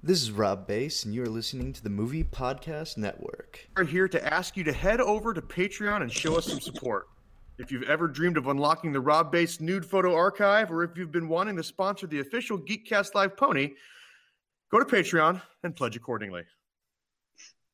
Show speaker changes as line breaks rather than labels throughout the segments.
This is Rob Bass, and you are listening to the Movie Podcast Network.
are here to ask you to head over to Patreon and show us some support. If you've ever dreamed of unlocking the Rob Base nude photo archive, or if you've been wanting to sponsor the official Geekcast Live pony, go to Patreon and pledge accordingly.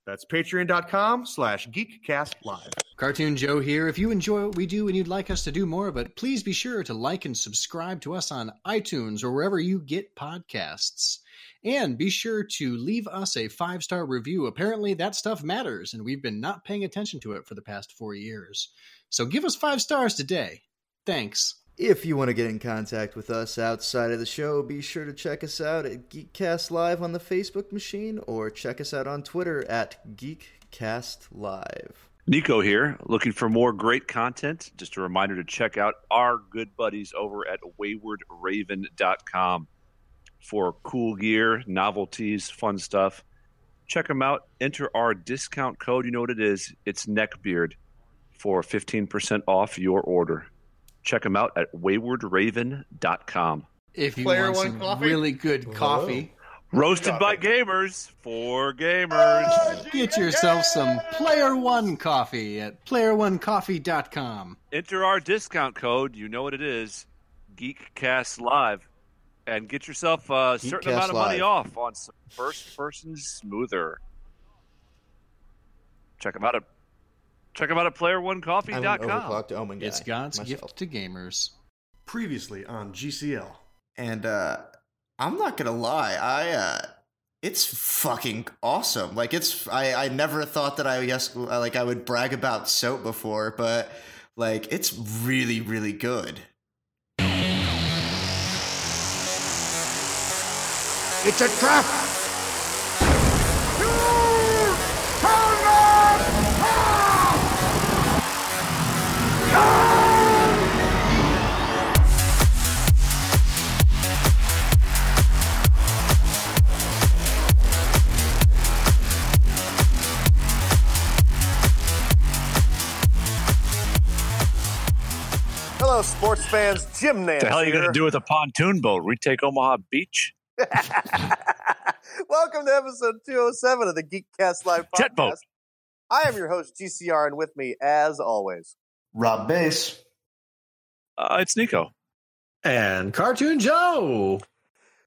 That's patreon.com slash geekcast live.
Cartoon Joe here. If you enjoy what we do and you'd like us to do more of it, please be sure to like and subscribe to us on iTunes or wherever you get podcasts. And be sure to leave us a five star review. Apparently, that stuff matters, and we've been not paying attention to it for the past four years. So give us five stars today. Thanks.
If you want to get in contact with us outside of the show, be sure to check us out at Geekcast Live on the Facebook machine or check us out on Twitter at Geekcast Live.
Nico here, looking for more great content. Just a reminder to check out our good buddies over at waywardraven.com for cool gear, novelties, fun stuff. Check them out. Enter our discount code. You know what it is? It's neckbeard for 15% off your order. Check them out at waywardraven.com.
If you
Player
want
one
some
coffee?
really good coffee,
Roasted by gamers for gamers.
get yourself some Player One coffee at playeronecoffee.com.
Enter our discount code. You know what it is, Geekcast Live, and get yourself a certain
Geekcast
amount of money
Live.
off on some first person smoother. Check them out at check them out at
I'm
playeronecoffee.com.
overclocked Omen guy.
It's God's
myself.
gift to gamers.
Previously on GCL.
and uh i'm not gonna lie i uh it's fucking awesome like it's i i never thought that i yes like i would brag about soap before but like it's really really good
It's a trap!
Hello, sports fans. Jim Nance.
What the hell are you going to
here.
do with a pontoon boat? Retake Omaha Beach?
Welcome to episode 207 of the Geekcast Live podcast.
Jet boat.
I am your host, GCR, and with me, as always,
rob bass
Uh, it's Nico.
And Cartoon Joe.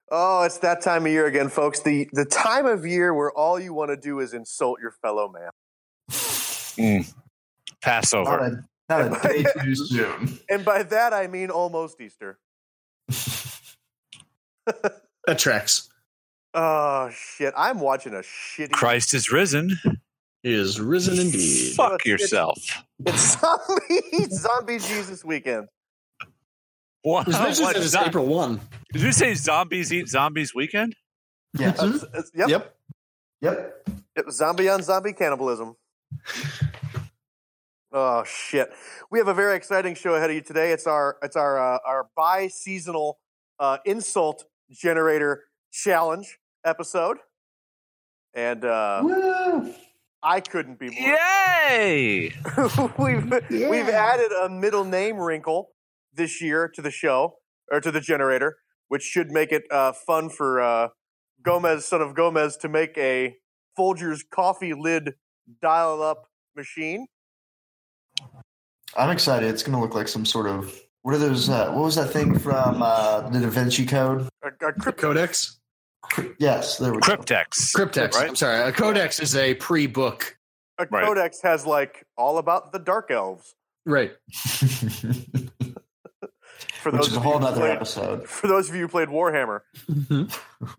oh, it's that time of year again, folks. The the time of year where all you want to do is insult your fellow man.
Passover.
a, not
a day
too soon
And by that, I mean almost Easter.
That tracks.
Oh, shit. I'm watching a shitty.
Christ is risen.
He is risen indeed.
Fuck yourself.
It's zombie, zombie Jesus weekend.
What?
Oh,
As much as
What?
it is
Zo-
April 1.
Did you say zombies eat zombies weekend?
yes
Mhm.
It's- yep.
Yep.
yep
It was Zombie on zombie cannibalism. oh shit! We have a very exciting show ahead of you today. It's our it's our uh, our bi-seasonal uh, insult generator challenge episode, and uh, I couldn't be more.
Yay!
we've we've added a middle name wrinkle this year to the show or to the generator, which should make it uh, fun for uh, Gomez, son of Gomez, to make a Folgers coffee lid dial-up machine.
i'm excited it's gonna look like some sort of what are those uh, what was that thing from uh the da vinci code
A, a crypt-
Codex?
yes there we
Cryptex.
Cryptex.
Right?
I'm sorry. A codex is a pre book.
a
Right.
codex has like all about the dark elves.
Right.
For
which
those
is a
of you
whole
who
nother
played-
episode
For those of you who played Warhammer,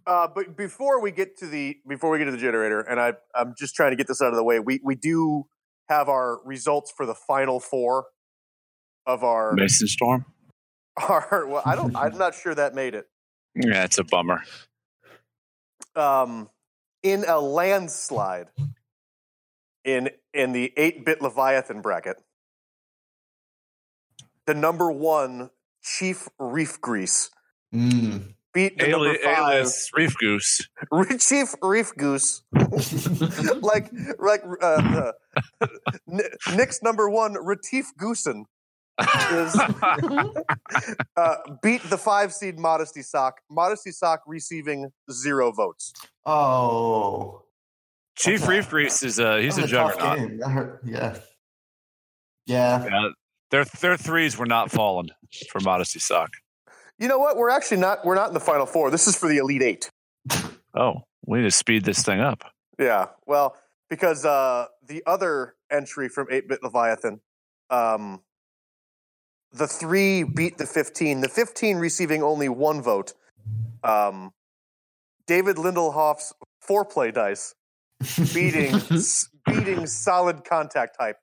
Uh, but before we get to the before we get to the generator, and I I'm just trying to get this out of the way. We we do have our results for the final four of our
Mason Storm.
our. Well, I don't. I'm not sure that made it.
Yeah, it's a bummer.
Um, in a landslide. In in the eight bit Leviathan bracket, the number one Chief Reef Grease
Mm.
beat the number
Ali-
five.
Alias Reef Goose.
Chief Reef Goose, like like uh, uh, N- Nick's number one, Retief Goosen, is uh, beat the five seed Modesty Sock. Modesty Sock receiving zero votes.
Oh,
Chief
Okay.
Reef Grease is a he's a
That was tough
juggernaut.
game. That hurt. Yeah, yeah.
Yeah, their their threes were not falling for Modesty Sock.
You know what? We're actually not. We're not in the final four. This is for the Elite Eight.
Oh, we need to speed this thing up.
Yeah. Well, because uh, the other entry from 8 Bit Leviathan, um, the three beat the 15, the 15 receiving only one vote. Um, David Lindelhoff's foreplay dice beating, s- beating solid contact hype.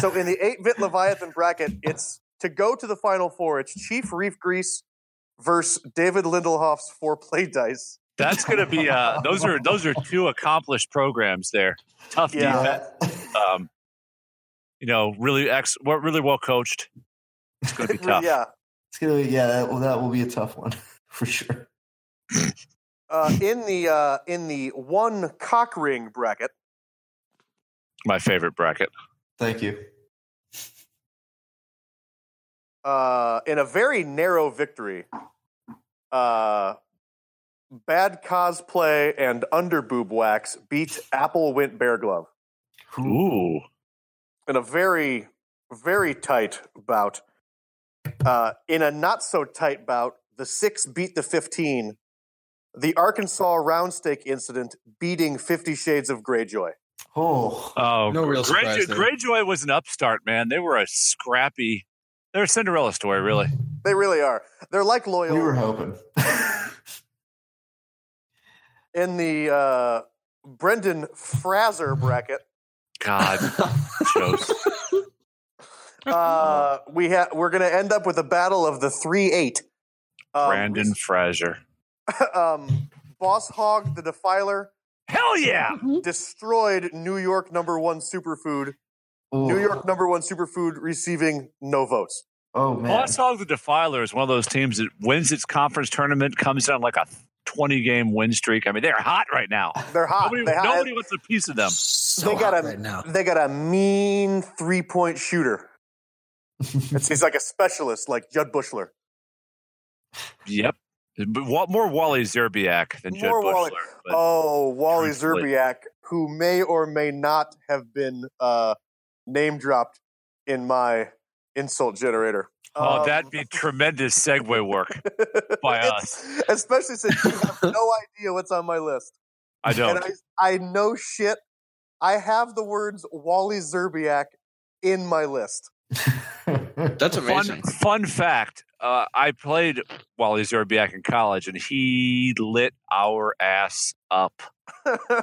So in the 8 Bit Leviathan bracket, it's to go to the final four, it's Chief Reef Grease versus David Lindelhoff's foreplay dice.
That's going to be uh, those are those are two accomplished programs there. Tough
Yeah.
defense, um, you know, really ex, well, really well coached. It's going to be tough.
Yeah.
It's gonna be yeah. That, that will be a tough one for sure.
Uh, in the uh, in the one cock ring bracket,
My favorite bracket.
Thank you.
uh, in a very narrow victory, uh, bad cosplay and underboob wax beat Apple Wint Bear Glove
Ooh,
in a very very tight bout. Uh, in a not so tight bout, the six beat the fifteen. The Arkansas round steak incident beating Fifty Shades of Greyjoy.
Oh,
oh,
No real
Greyjoy,
surprise there.
Greyjoy was an upstart, man. They were a scrappy. They're a Cinderella story, really.
They really are. They're like loyal.
we were hoping.
in the uh, Brendan Fraser bracket,
God, shows.
uh, we ha- we're going to end up with a battle of the three eight. Um,
Brandon Fraser.
um, Boss Hog the Defiler
Hell yeah!
destroyed New York number one superfood. New
Ooh.
York number one superfood receiving no votes.
Oh man.
Well, I saw the Defiler is one of those teams that wins its conference tournament, comes down like a 20 game win streak. I mean, they're hot right now.
They're hot.
Nobody,
they, ha-
nobody wants a piece of them.
So
They got
hot
a-
right now.
they got a mean three point shooter. It's- he's like a specialist, like Judd Bushler.
Yep. But wa- more Wally Zerbiak than Jed
More
Bushler.
Wally-
but
oh, Wally
truthfully-
Zerbiak, who may or may not have been uh, name dropped in my insult generator.
oh,
Um,
that'd be tremendous segue work by us.
Especially since you have no idea what's on my list.
I don't.
And I, I know shit. I have the words Wally Zerbiak in my list.
That's
Fun,
amazing.
fun fact uh, I played Wally Zerbiak in college, and he lit our ass up.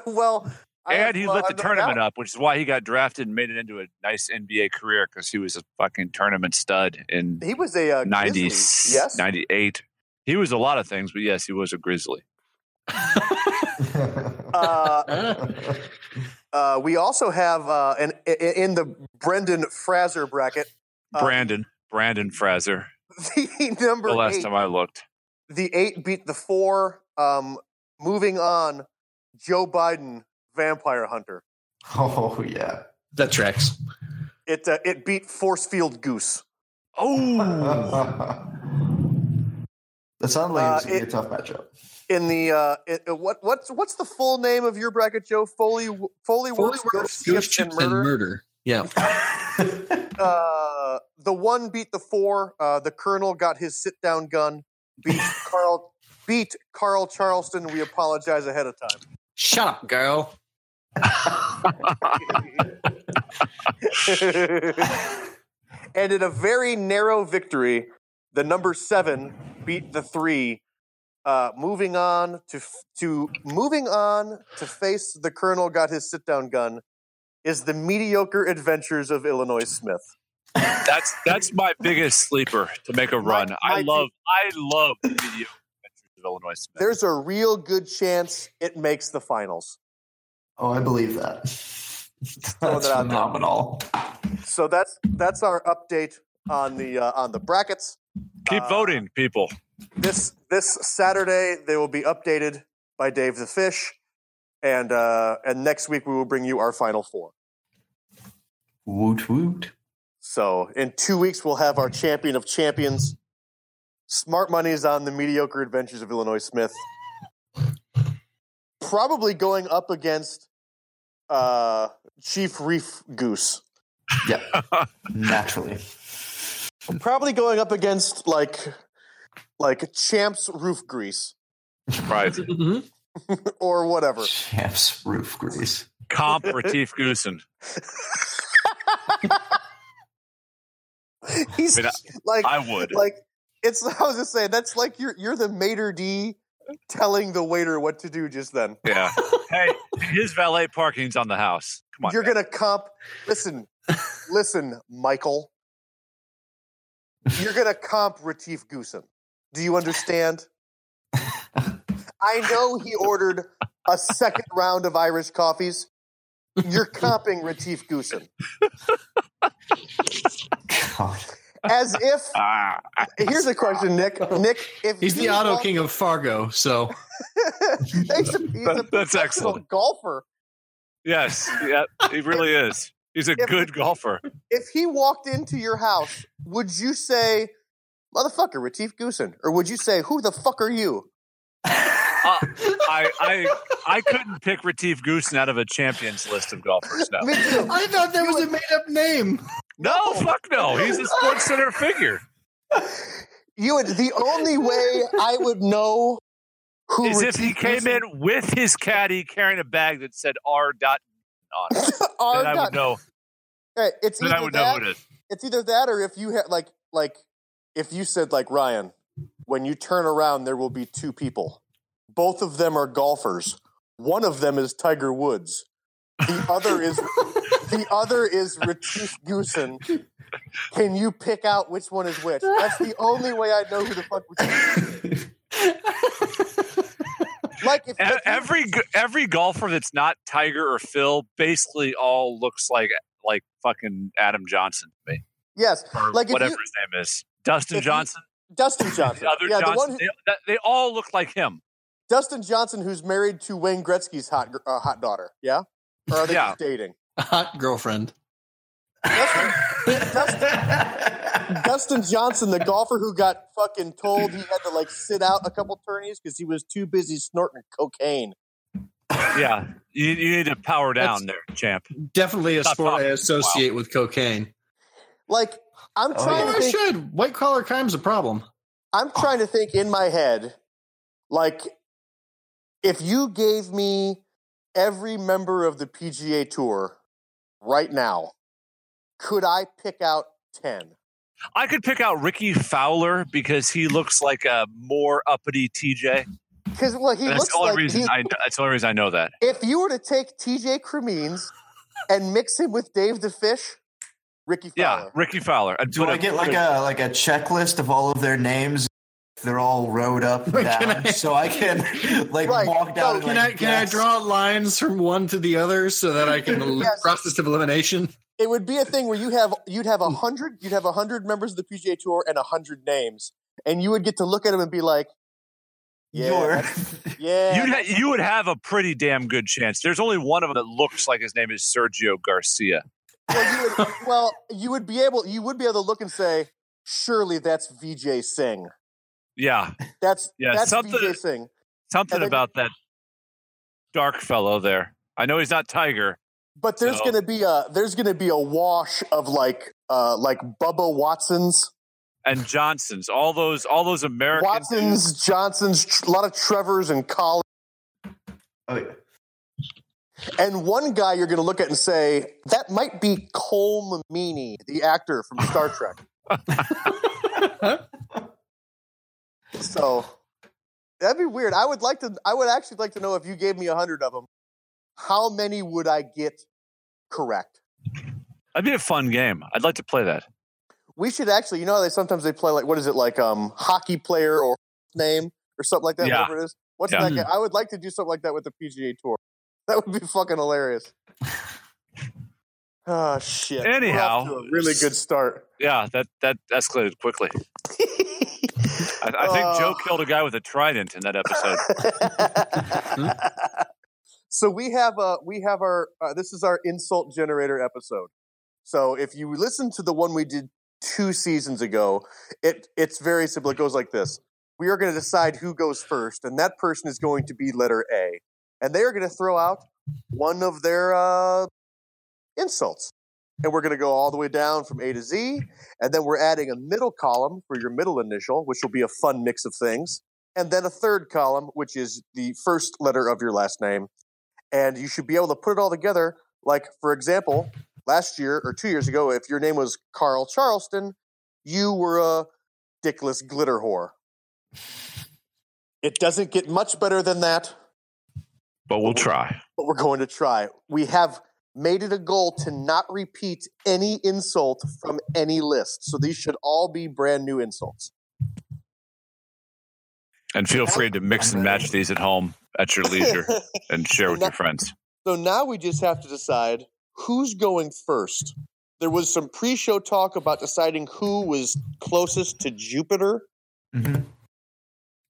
well, I-
And he
well,
lit the
I'm not-
tournament up, which is why he got drafted and made it into a nice NBA career because he was a fucking tournament stud in
He was a uh,
90,
Grizzly, Yes.
98. He was a lot of things, but yes, he was a Grizzly.
Uh, uh, we also have uh, an i- i- in the Brendan Fraser bracket. uh,
Brandon, Brandon Fraser,
the number
the last
eight.
time I looked.
The eight beat the four. Um, moving on, Joe Biden, Vampire Hunter.
oh yeah.
That tracks.
It uh, it beat Force Field Goose.
Oh,
that sounded
Uh,
like it was gonna be
it-
a tough matchup.
In the uh, it, it- what what's what's the full name of your bracket, Joe? Foley Foley Works
Ghost
Ghost Shift and
Ships and
Murder.
murder. Yeah.
Uh, the one beat the four. Uh, the Colonel got his sit down gun. Beat Carl beat Carl Charleston. We apologize ahead of time.
Shut up, girl.
and in a very narrow victory, the number seven beat the three. Uh, moving on to f- to moving on to face the colonel got his sit down gun is the mediocre adventures of Illinois Smith.
that's that's my biggest sleeper to make a run. I
my-
love, I love the video adventures of Illinois Smith.
There's a real good chance it makes the finals.
oh, I believe that.
Throw
That's
that out there.
phenomenal.
So that's that's our update on the uh, on the brackets.
Keep
uh,
voting, people.
this this Saturday they will be updated by Dave the Fish, and uh, and next week we will bring you our final four.
Woot woot.
So in two weeks, we'll have our champion of champions. Smart money is on the mediocre adventures of Illinois Smith. Probably going up against uh, Chief Reef Goose.
Naturally.
Probably going up against like like Champs Roof Grease
Right.
Mm-hmm.
Mhm.
or whatever.
Champs roof grease.
Comp Retief Goosen.
He's
I mean,
like
I would.
like it's. I was just saying that's like you're you're the Mater D telling the waiter what to do just then.
Yeah. Hey, his valet parking's on the house. Come on.
You're gonna comp. Listen, listen, Michael. You're gonna comp Retief Goosen. Do you understand? I know he ordered a second round of Irish coffees. You're comping Retief Goosen
God.
as if.
Ah,
Here's a question, Nick. Nick, if
He's the
you
auto
want-
king of Fargo, so
he's a, he's a
That- that's
professional
excellent.
golfer.
yes. Yeah, he really is. He's a
If-
good golfer. Uh,
If he walked into your house, would you say, "Motherfucker, Retief Goosen," or would you say, "Who the fuck are you"?
I, I I couldn't pick Retief Goosen out of a champions list of golfers now.
Me too.
I thought that was a made up name.
No, fuck no. He's a sports center figure.
You would. The only way I would know who
As if he
Oh, Retief
came
Goosen-
in with his caddy carrying a bag that said R dot on it.
are
Then I
not-
would know.
Hey, it's
Then
either
I would know
that.
who it is.
It's either that, or if you had like like if you said like Ryan, when you turn around, there will be two people. Both of them are golfers. One of them is Tiger Woods. The other is the other is Retief Goosen. Can you pick out which one is which? That's the only way I know who the fuck. Retief Goosen is. like if
E-
Retief-
Every g- every golfer that's not Tiger or Phil basically all looks like like fucking Adam Johnson to me,
yes,
or
Like, if
whatever
you-
his name is. Dustin
if you-
Johnson,
Dustin Johnson.
the other
yeah, the one
Johnson,
who,
they, that- they all look like him.
Dustin Johnson, who's married to Wayne Gretzky's hot gr- uh, hot daughter. Yeah, or are they
Yeah.
just dating?
Hot girlfriend.
Dustin, Dustin- Dustin Johnson, the golfer who got fucking told he had to like sit out a couple tourneys because he was too busy snorting cocaine.
Yeah, you, you need to power down there, champ.
Definitely a
Not
sport I
possible.
associate with cocaine.
Like I'm
Oh,
trying
yeah.
to
I
think,
should. White collar crime's a problem.
I'm trying to think in my head, like if you gave me every member of the PGA Tour right now, could I pick out ten?
I could pick out Ricky Fowler because he looks like a more uppity TJ.
Because well, he
That's
looks
the only
like
reason
he-
I. That's the only reason I know that.
If you were to take TJ Cremines and mix him with Dave the Fish, Ricky
Yeah,
Fowler.
Ricky Fowler. I'd
Do
put
I
him-
get like a like a checklist of all of their names? They're all rowed up and
Wait,
down,
can I-
so I can like
Right.
walk
No,
down. and,
Can I
like,
can
guess.
I draw lines from one to the other so that I can el-
Yes.
process of elimination?
It would be a thing where you have you'd have a
Mm.
hundred you'd have a hundred members of the PGA Tour and a hundred names, and you would get to look at them and be like, yeah,
Your-
that's- yeah,
You'd ha- you would have a pretty damn good chance. There's only one of them that looks like his name is Sergio Garcia.
well, you would, well, you would be able you would be able to look and say, surely that's VJ Singh.
Yeah,
That's
Yeah,
that's
something-
VJ Singh.
something
And then-
about that dark fellow there. I know he's not Tiger.
But there's
No.
gonna be a there's gonna be a wash of like uh like Bubba Watsons.
And Johnson's, all those, all those Americans.
Watsons, Johnsons, tr- a lot of Trevors and Collins.
Oh, yeah.
And one guy you're going to look at and say, that might be Cole Meany, the actor from Star Trek. so that'd be weird. I would like to, I would actually like to know if you gave me a hundred of them, how many would I get correct?
That'd be a fun game. I'd like to play that.
We should actually, you know, how they sometimes they play like, what is it like? Um, hockey player or name or something like that.
Yeah.
Whatever it is. What's
Yeah.
that? Guy? I would like to do something like that with the PGA Tour. That would be fucking hilarious. oh shit! We're off
Anyhow.
to a really good start.
Yeah, that that escalated quickly. I, I think
Oh.
Joe killed a guy with a trident in that episode.
so we have uh we have our uh, this is our insult generator episode. So if you listen to the one we did two seasons ago, it it's very simple. It goes like this: We are going to decide who goes first, and that person is going to be letter A, and they are going to throw out one of their uh, insults, and we're going to go all the way down from A to Z, and then we're adding a middle column for your middle initial, which will be a fun mix of things, and then a third column, which is the first letter of your last name, and you should be able to put it all together. Like for example, last year or two years ago, if your name was Carl Charleston, you were a dickless glitter whore. It doesn't get much better than that,
but we'll try.
but we're going to try. We have made it a goal to not repeat any insult from any list. So these should all be brand new insults.
And feel free to mix and match these at home at your leisure and share with your friends.
So now we just have to decide who's going first. There was some pre show talk about deciding who was closest to Jupiter.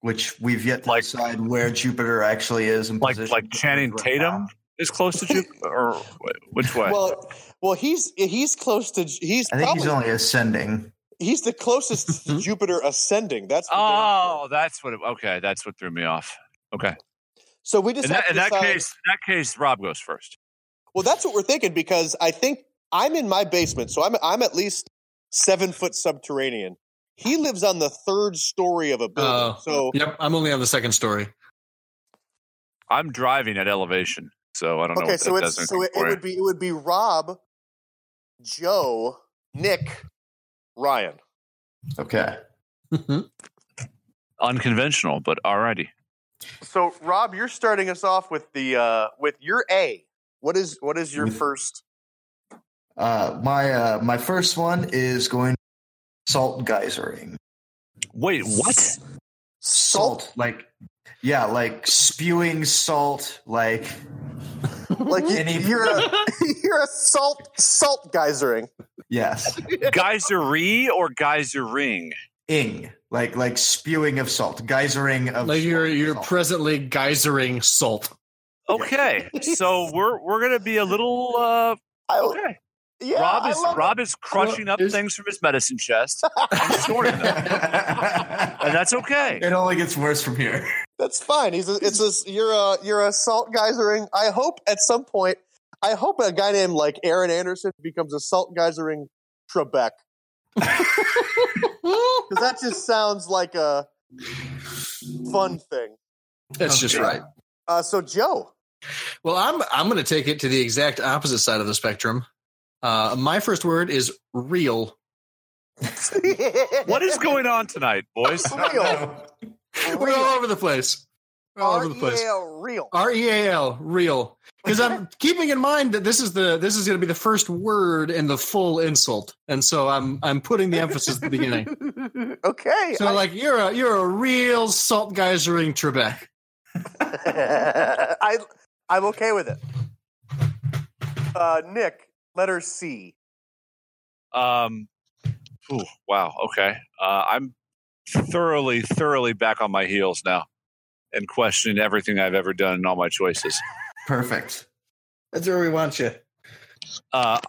Which we've yet to
Like-
decide where Jupiter actually is. In
Like
position
like
to
Channing
right
Tatum
now.
is close to you, or wh- which way?
Well, well, he's he's close to he's
I think
probably
he's only ascending.
he's the closest
Mm-hmm.
to Jupiter ascending. That's what they're-
oh, that's what. It, okay, that's what threw me off. Okay,
So we just
in
have
that,
to
in that
decide-
case, in that case, Rob goes first.
Well, that's what we're thinking because I think I'm in my basement, so I'm I'm at least seven foot subterranean. He lives on the third story of a building,
Oh.
so
Yep, I'm only on the second story.
I'm driving at elevation, so I don't know.
okay,
What
so
that
it's
does
so it, it
for you.
would be it would be Rob, Joe, Nick, Ryan.
Okay.
unconventional, but alrighty.
So Rob, you're starting us off with the uh, with your A. What is what is your
With-
first?
Uh, my uh, my first one is going salt geysering.
Wait, what?
Salt, like yeah, like spewing salt, like
Like you,
Any-
you're a you're a salt salt geysering.
yes,
Geysery or geysering?
ing, like like spewing of salt, geysering of
Like you're
salt.
you're
Salt.
presently geysering salt.
Okay, so we're we're gonna be a little. Uh,
I,
okay,
Oh, yeah,
Rob
I
is
love it.
Rob is crushing up
is-
things from his medicine chest, and storing them, and that's okay.
it only gets worse from here.
That's fine. He's a, it's a, you're a you're a salt geysering. I hope at some point. I hope a guy named like Aaron Anderson becomes a salt geysering Trebek. Because that just sounds like a fun thing.
That's just
Okay.
right.
Uh, so Joe,
Well, I'm I'm going to take it to the exact opposite side of the spectrum. Uh, my first word is real.
What is going on tonight, boys?
real?
We're all over the place. We're all over the place.
R-E-A-L, Oh, real.
R E A L, real. Because I'm keeping in mind that this is the this is going to be the first word in the full insult, and so I'm I'm putting the emphasis at the beginning.
Okay.
So like you're a you're a real salt geysering Trebek.
I, I I'm okay with it. Uh, Nick, letter C.
Um, phew, wow. Okay, uh, I'm thoroughly, thoroughly back on my heels now, and questioning everything I've ever done and all my choices.
Perfect.
That's where we want you.
Uh,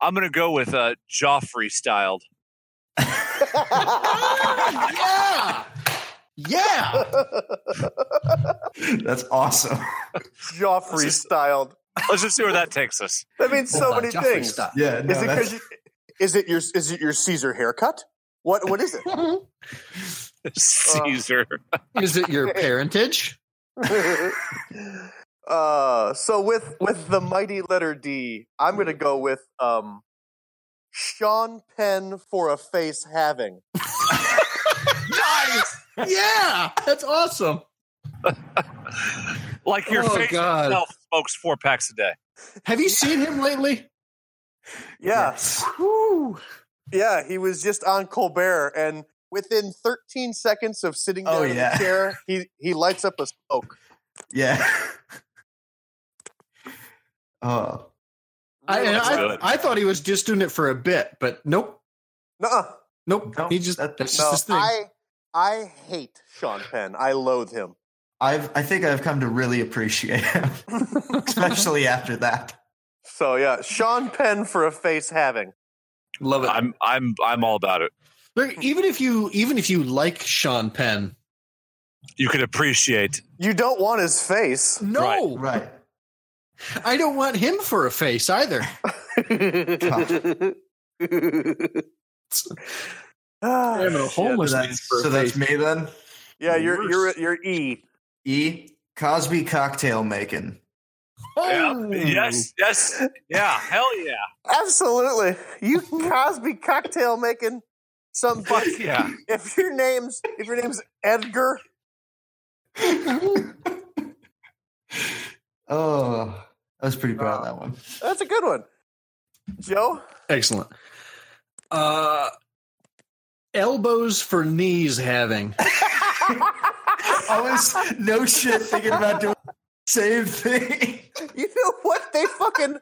I'm gonna go with uh, Joffrey styled.
yeah, yeah.
That's awesome.
Joffrey styled.
Let's just see where that takes us.
That means so many things.
Yeah, no,
Is it
that's-
because is it your is it your Caesar haircut? What what is it?
Caesar.
Is it your parentage?
uh, so with with the mighty letter D, I'm gonna go with um, Sean Penn for a face having.
nice. Yeah, that's awesome.
like your
Oh,
face
God.
itself smokes four packs a day.
Have you seen him lately?
Yeah, yeah, he was just on Colbert, and within 13 seconds of sitting down
Oh,
in
yeah.
the chair, he he lights up a smoke.
yeah. Oh,
I, and
That's
I,
good.
I thought he was just doing it for a bit, but nope,
Nuh-uh.
nope.
No,
he just
that-
that's just
No,
his thing.
I I hate Sean Penn. I loathe him.
I've I think I've come to really appreciate him, especially after that.
So yeah, Sean Penn for a face having.
Love it.
I'm I'm I'm all about it.
Look, even if you even if you like Sean Penn,
You can appreciate.
You don't want his face.
no,
Right.
I don't want him for a face either.
yeah,
a
So, that's, so that's me then.
you're you're you're E.
E. Cosby cocktail making.
Oh.
Yeah. Yes, yes, yeah, hell yeah,
Absolutely. You can Cosby cocktail making some
fuck yeah.
if your name's if your name's Edgar,
Oh, I was pretty proud of that one.
that's a good one. Joe,
Excellent. Uh, elbows for knees having.
I was no shit thinking about doing the same thing.
you know what? They fucking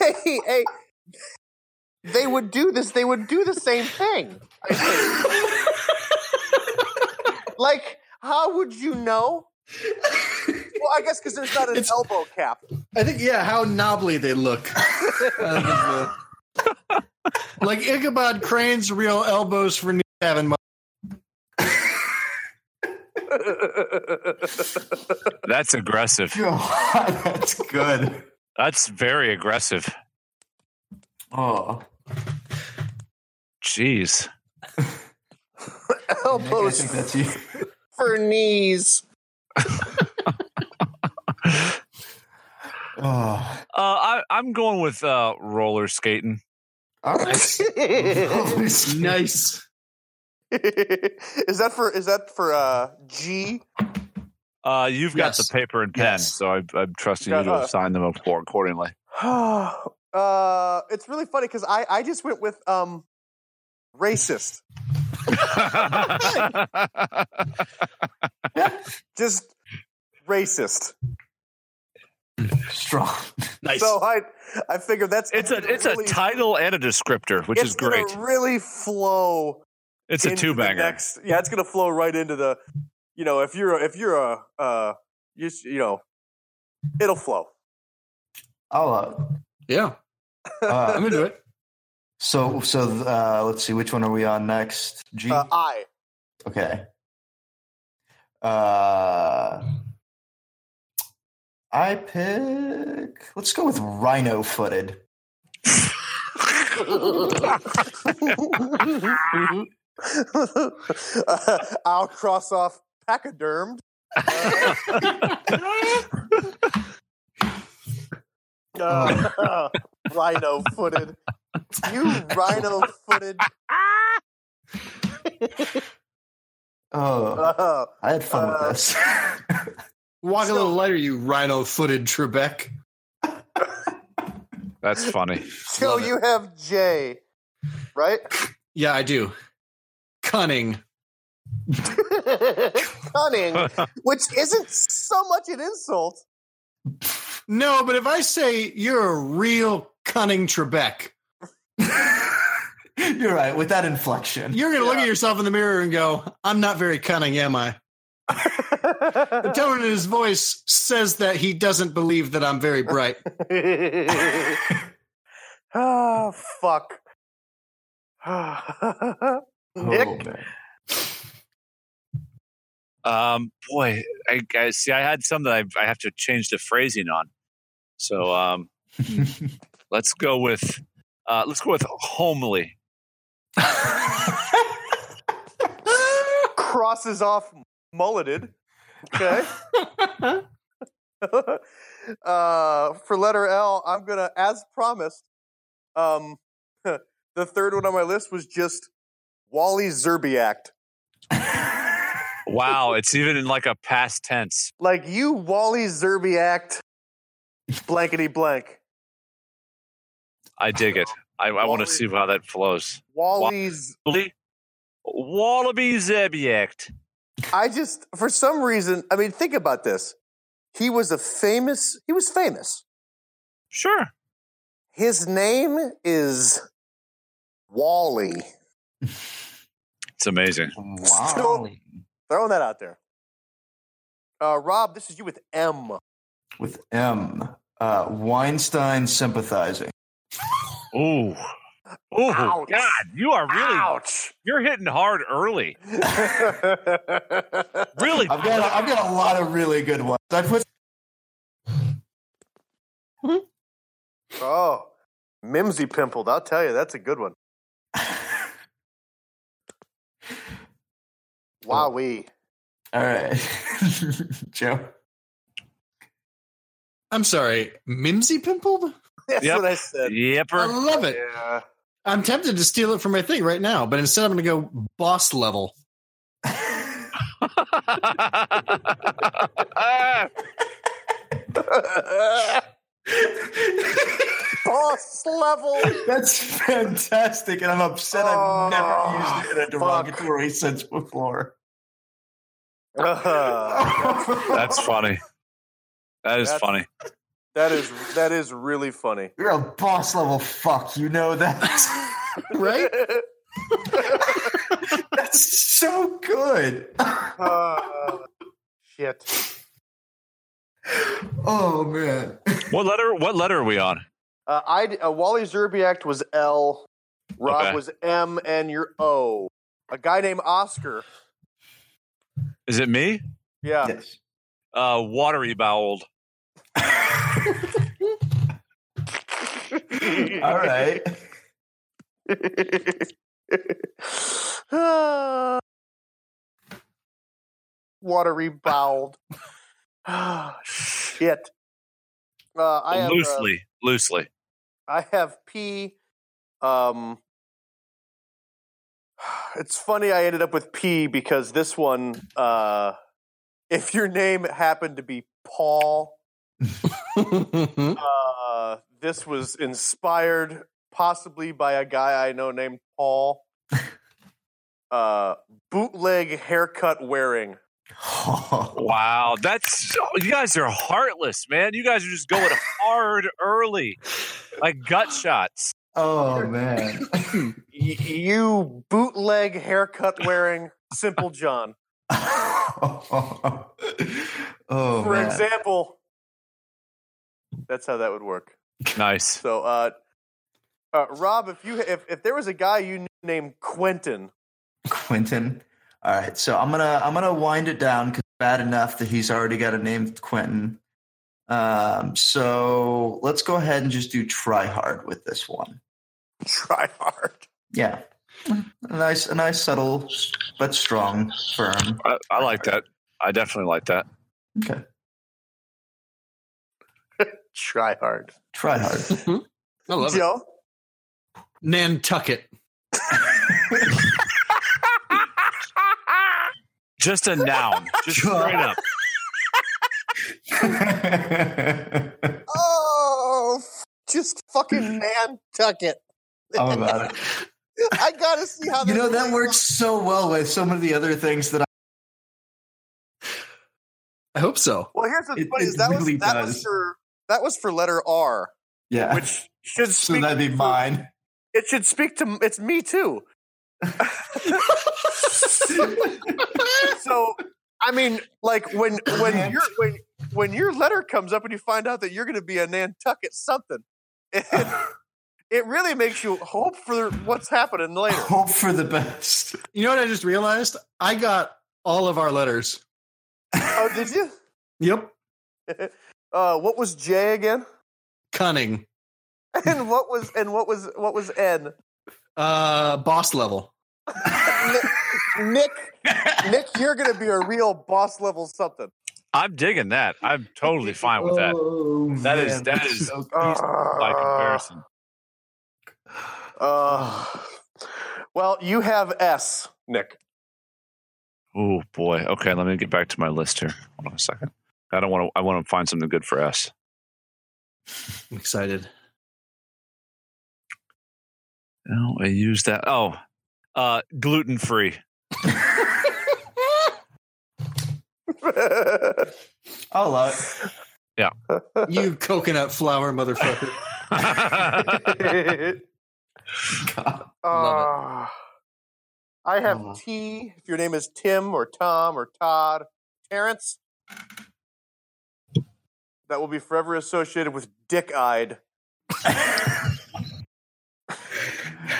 they hey, they would do this. They would do the same thing. I think. like, how would you know? Well, I guess because there's not an
It's-
elbow cap.
I think yeah, how knobbly they look. Uh, like Ichabod Crane's real elbows for knees having.
That's aggressive.
God, that's good.
That's very aggressive.
Oh,
Jeez.
I
Elbows
think that's you.
for knees.
Oh,
Uh, I, I'm going with uh, roller skating.
all right.
Nice.
is that for is that for uh G?
Uh, you've got
Yes.
the paper and pen,
Yes.
so I, I'm trusting you
Yeah.
to sign them up for accordingly.
uh it's really funny because I, I just went with um racist. Just racist.
Strong.
Nice.
So I I figured that's
it's a
gonna
it's a
really-
title and a descriptor, which
it's
is great.
Gonna really flow.
It's a
into
two
the
banger.
Next, yeah, it's gonna flow right into the. You know, if you're a, if you're a uh, you, s- you know, it'll flow.
I'll, uh,
yeah,
uh,
I'm into it.
so, so uh, let's see, which one are we on next? G?
Uh, I
Okay. Uh, I pick. Let's go with rhino footed.
Mm-hmm.
uh, I'll cross off pachydermed. Uh,
Oh.
uh, rhino footed. You rhino footed.
Oh,
Uh,
I had fun
uh,
with this.
Walk
So-
a little lighter, you rhino-footed Trebek.
That's funny.
so
Love it.
you have J, right?
Yeah, I do. Cunning.
Cunning, which isn't so much an insult.
No, but if I say you're a real cunning Trebek,
You're right with that inflection.
you're going to look
Yeah.
at yourself in the mirror and go, "I'm not very cunning, am I?" The tone in his voice says that he doesn't believe that I'm very bright.
oh fuck.
Oh.
Nick,
man.
Um, boy, I, I see. I had some that I, I have to change the phrasing on. So um, let's go with uh, let's go with homely.
crosses off mulleted. Okay. uh, for letter L, I'm gonna, as promised, um, the third one on my list was just Wally Zerbiak.
Wow, it's even in like a past tense.
Like you, Wally Zerbiak, blankety blank.
I dig it. I, I want to see how that flows.
Wally's
Wallaby, Wallaby Zebiact.
I just, for some reason, I mean, think about this. He was a famous, he was famous.
Sure.
His name is Wally.
It's amazing.
Wow.
Throwing that out there. Uh, Rob, this is you with M.
With M. Uh, Weinstein sympathizing.
Oh. Oh
Uh, Ouch.
God! You are really
Ouch.
you're hitting hard early. Really,
I've got I've got a lot of really good ones. I put
oh, Mimsy pimpled. I'll tell you, that's a good one. Wowee.
all right, Joe.
I'm sorry, Mimsy pimpled?
That's
Yep.
what I said.
I
yepper.
love it.
Yeah.
I'm tempted to steal it from my thing right now, but instead I'm going to go boss level.
Boss level.
That's fantastic, and I'm upset I've
Oh,
never used it in a derogatory sense before.
That's funny. That is
That's-
funny.
that is that is really funny.
You're a boss level fuck. You know that.
Right?
That's so good.
Uh, shit.
Oh man.
What letter? What letter are we on?
Uh, I d- uh, Wally Zerbiak was L, Rob
Okay.
was M, and you're O. A guy named Oscar.
Is it me?
Yeah.
Yes.
Uh, watery bowled.
All right.
Ah. Watery bowled. Ah, Shit. Uh, I have, uh,
loosely, loosely.
I have P. Um, it's funny I ended up with P because this one, uh, if your name happened to be Paul, uh, this was inspired possibly by a guy I know named Paul. uh, bootleg haircut wearing.
Oh,
Wow, that's you guys are heartless, man. You guys are just going hard early, like gut shots.
Oh man.
Y- you bootleg haircut wearing Simple John.
oh
For
man.
example, that's how that would work.
Nice.
So, uh, uh, Rob, if you if, if there was a guy you knew named Quentin,
Quentin. All right, so I'm gonna I'm gonna wind it down because bad enough that he's already got a name Quentin. Um, so let's go ahead and just do try hard with this one.
try hard.
Yeah, a nice a nice subtle but strong firm.
I, I like that. I definitely like that.
Okay,
Try hard.
try hard.
I love it.
Joe,
Nantucket.
Just a noun. Just straight up.
oh, f- just fucking Nantucket.
I'm about it.
I gotta see how
You
this
know that
plays
works so well with some of the other things that I.
I hope so.
out. Well, here's what's
It-
funny: is
it
that
really
was that
does.
was for that was for letter R,
Yeah,
which should
so
speak
that'd be
to-
mine.
It should speak to it's me too. so I mean, like when when your when when your letter comes up and you find out that you're going to be a Nantucket something, it, it really makes you hope for what's happening later.
Hope for the best.
You know what I just realized? I got all of our letters.
Oh, did you?
Yep.
Uh, what was J again?
Cunning.
And what was and what was what was N?
Uh boss level.
Nick, Nick, you're going to be a real boss level something.
I'm digging that. I'm totally fine with that.
Oh,
That is- that is-
so
By comparison,
Uh, well, you have S, Nick.
oh boy. Okay, let me get back to my list here. Hold on a second. I don't want to. I want to find something good for us.
I'm excited.
Oh, I use that. Oh, uh, gluten free.
I'll allow it.
You coconut flower motherfucker.
God.
Uh, I have
Love
T. If your name is Tim or Tom or Todd, Terrence. that will be forever associated with dick eyed.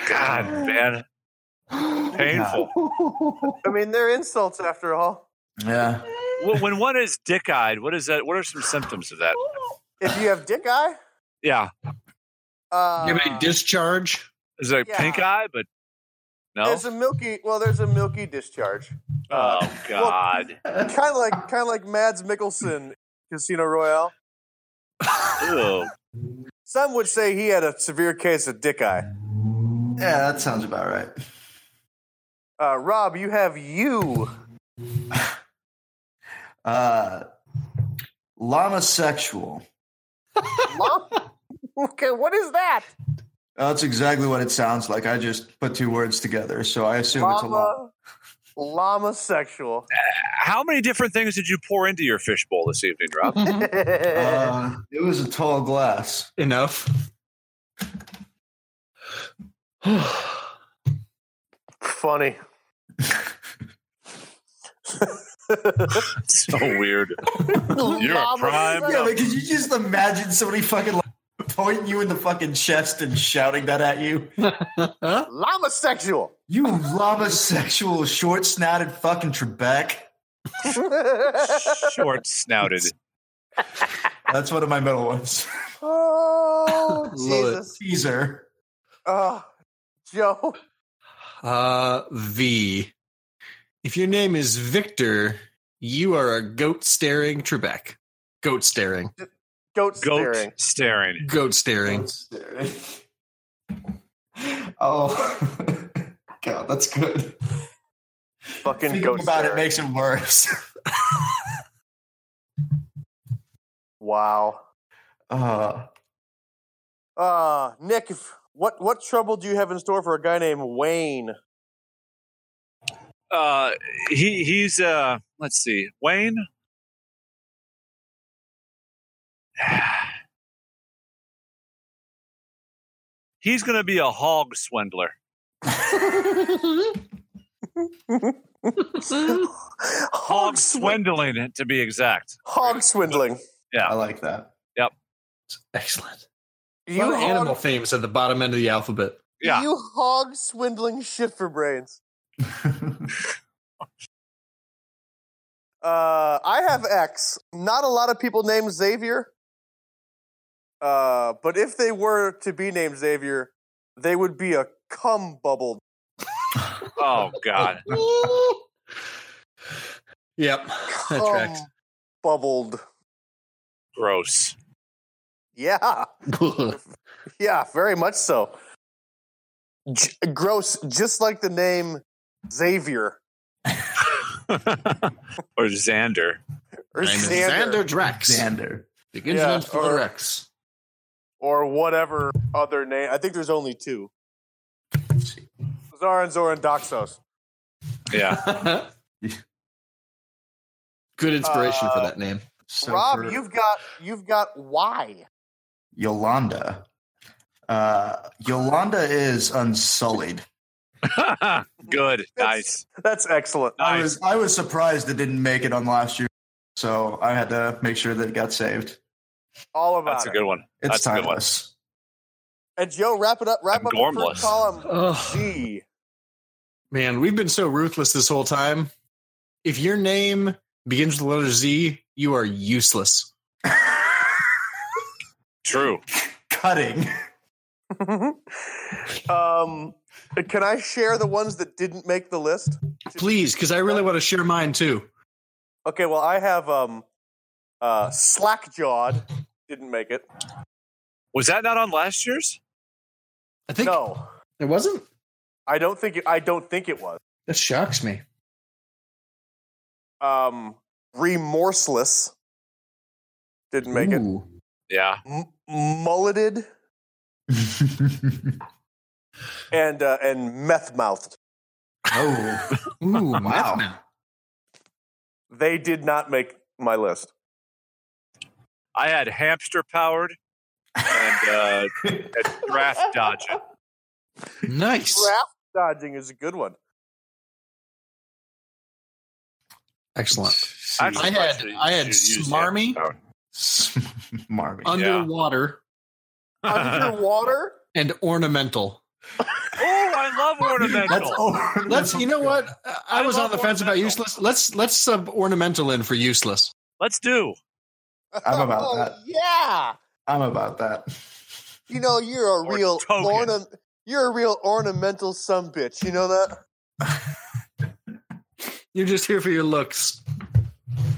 God, man. Painful.
I mean, they're insults after all.
Yeah.
Well, when one is dick eyed, what is that? What are some symptoms of that?
If you have dick eye,
Yeah.
uh,
Give it
Ah.
a discharge.
Is it
Yeah.
pink eye? But no.
it's a milky. Well, there's a milky discharge.
oh, God.
kind of like kind of like Mads Mikkelsen, Casino Royale.
Ew.
Some would say he had a severe case of dick eye.
Yeah, that sounds about right.
Uh, Rob, you have you.
Uh, llama sexual.
okay, what is that?
That's exactly what it sounds like. I just put two words together, so I assume it's a llama.
Llama, llama sexual.
How many different things did you pour into your fishbowl this evening, Rob?
Uh, it was a tall glass.
Enough.
Funny.
so weird. You're a
Llama
prime.
sexual.
Yeah, like, could you just imagine somebody fucking like, pointing you in the fucking chest and shouting that at you?
Llama sexual.
You llama sexual, short snouted fucking Trebek.
Short snouted.
That's one of my middle ones.
oh, Jesus.
Caesar.
Oh, Joe.
Uh, v. If your name is Victor, you are a goat staring Trebek. Goat staring.
Goat
Goat staring.
staring.
Goat staring.
Oh, God, that's good.
Fucking
Thinking
goat
about it
staring.
makes it worse.
wow.
Uh,
Uh, Nick, if, what, what trouble do you have in store for a guy named Wayne?
Uh, he he's uh. Let's see, Wayne. He's gonna be a hog swindler. Hog
Hog, swin-
swindling, to be exact.
hog swindling.
I like that.
Excellent. A lot
You
of animal
hog,
themes at the bottom end of the alphabet.
Yeah.
you hog swindling shit for brains. Uh, I have X. Not a lot of people named Xavier. Uh, but if they were to be named Xavier, they would be a cum bubble.
Oh God.
Yep, that tracks.
Cum bubbled.
Gross.
Yeah,
Oh.
yeah, very much so. J- gross, just like the name Xavier
or Xander.
or Xander,
Xander Drax.
Xander.
The
Yeah,
Infinite
or-
Rex.
or whatever other name. I think there's only two. Zaran, Zoran, Doxos.
Yeah.
Good inspiration for
Uh,
that name.
So
Rob,
for
you've got you've got Y.
Yolanda. Uh, Yolanda is unsullied.
Good. Nice.
That's excellent.
I was I was surprised it didn't make it on last year, so I had to make sure that it got saved.
All about
That's
it.
a good one.
It's
That's a good one.
timeless.
And Joe, wrap it up. Wrap
I'm
up the
gormless.
first column.
Oh,
G.
man, we've been so ruthless this whole time. If your name begins with the letter Z, you are useless.
True.
Cutting.
um, can I share the ones that didn't make the list?
Please, because I really want to share mine too.
Okay, well, I have um, uh, slackjawed didn't make it.
Was that not on last year's?
I think
no,
it wasn't.
I don't think it, I don't think it was.
That shocks me.
Um, remorseless didn't make it.
Ooh.
Yeah.
M- mulleted and uh, and meth mouthed.
oh
Ooh,
wow!
They did not make my list.
I had hamster powered and uh, and draft dodging.
nice.
Draft dodging is a good one.
Excellent.
Actually,
I had-
should-
I had
should use
smarmy.
hamster power.
Marmy.
underwater
oh,
Underwater?
and ornamental.
Oh, I love
That's
ornamental.
over.
Let's. You know what? I, I
I
was on
love
the fence about
ornamental.
useless. Let's let's sub ornamental in for useless.
Let's do.
I'm about
oh,
that.
Yeah.
I'm about that.
You know, you're a
Or
real
token.
ornam- you're a real ornamental some bitch. You know
You're just here for your looks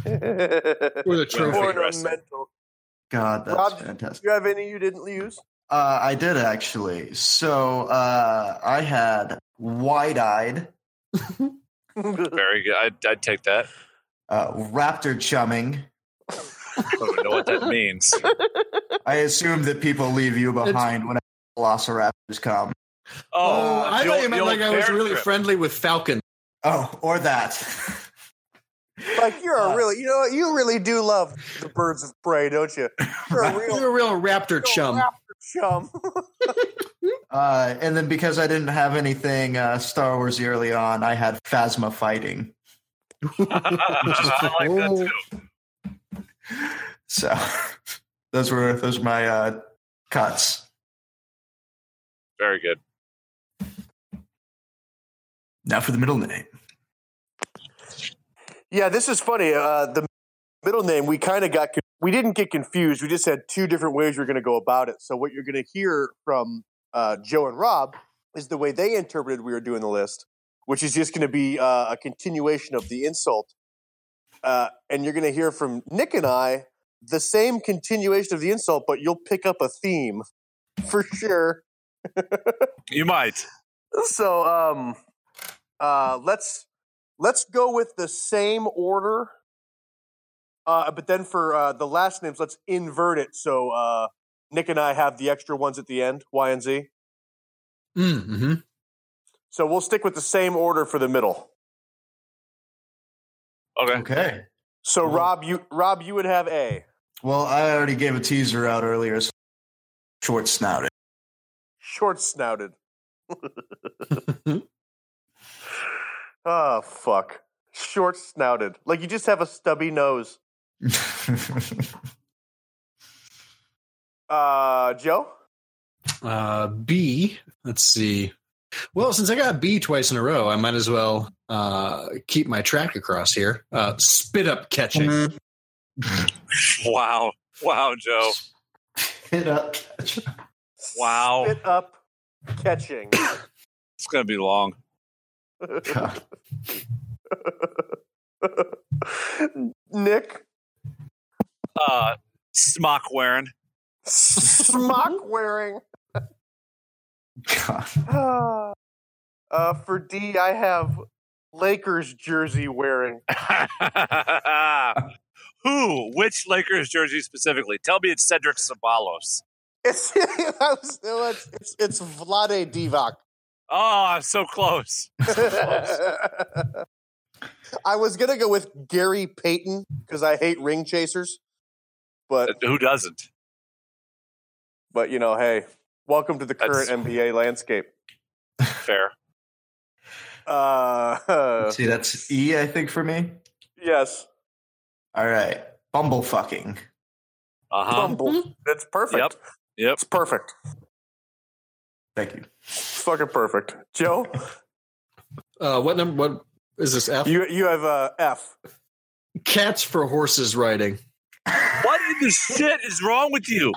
that?
or the trophy.
ornamental.
God, that's
Rob,
fantastic.
Do you have any you didn't use?
Uh, I did actually. So uh, I had wide eyed,
Very good. I'd, I'd take that.
uh, raptor chumming.
I don't even know what that means.
I assume that people leave you behind when velociraptors come.
Oh, I
the
thought
old-
you meant
the
like
old
I was
bear
really
trip.
friendly with Falcon.
Oh, or that.
Like you're
Uh,
a really, you know, what? you really do love the birds of prey, don't you? You're a real,
You're a real raptor chum.
chum.
Uh, and then because I didn't have anything uh, Star Warsy early on, I had phasma fighting.
I like that
Oh.
too.
So those were those were my uh, cuts.
Very good.
Now for the middle name.
Yeah, this is funny. Uh, the middle name we kind of got. con- We didn't get confused. We just had two different ways we are going to go about it. So what you're going to hear from uh, Joe and Rob is the way they interpreted we were doing the list, which is just going to be uh, a continuation of the insult. Uh, and you're going to hear from Nick and I the same continuation of the insult, but you'll pick up a theme for sure.
You might.
So um, uh, let's let's go with the same order, uh, but then for uh, the last names, let's invert it. So uh, Nick and I have the extra ones at the end, Y and Z.
Mm-hmm.
So we'll stick with the same order for the middle.
Okay.
Okay.
So Rob, you Rob, you would have A.
Well, I already gave a teaser out earlier. So short snouted.
Short snouted. oh fuck. Short snouted. Like you just have a stubby nose. Uh Joe?
Uh, B. Let's see. Well, since I got B twice in a row, I might as well uh, keep my track across here. Uh, spit up catching.
Wow. Wow, Joe.
Hit up.
Wow.
Spit up catching.
It's going to be long.
God.
Nick
Uh, smock wearing.
smock wearing.
God.
uh, for D, I have Lakers jersey wearing.
Who? Which Lakers jersey specifically? Tell me it's Cedric Sabalos.
It's I was- no, it's, it's, it's Vlade Divac.
Oh, I'm so close.
I was gonna go with Gary Payton because I hate ring chasers, but
Uh, Who doesn't?
but you know, hey, welcome to the current
That's-
NBA landscape.
Fair.
Uh,
See, that's E, I think, for me.
yes,
All right. Bumble fucking.
Uh huh.
Bumble. That's perfect.
Yep. Yep.
It's perfect.
Thank you.
It's fucking perfect. Joe,
Uh, what number? What is this? F.
you you have uh, F.
Cats for horses riding.
What in the shit is wrong with you?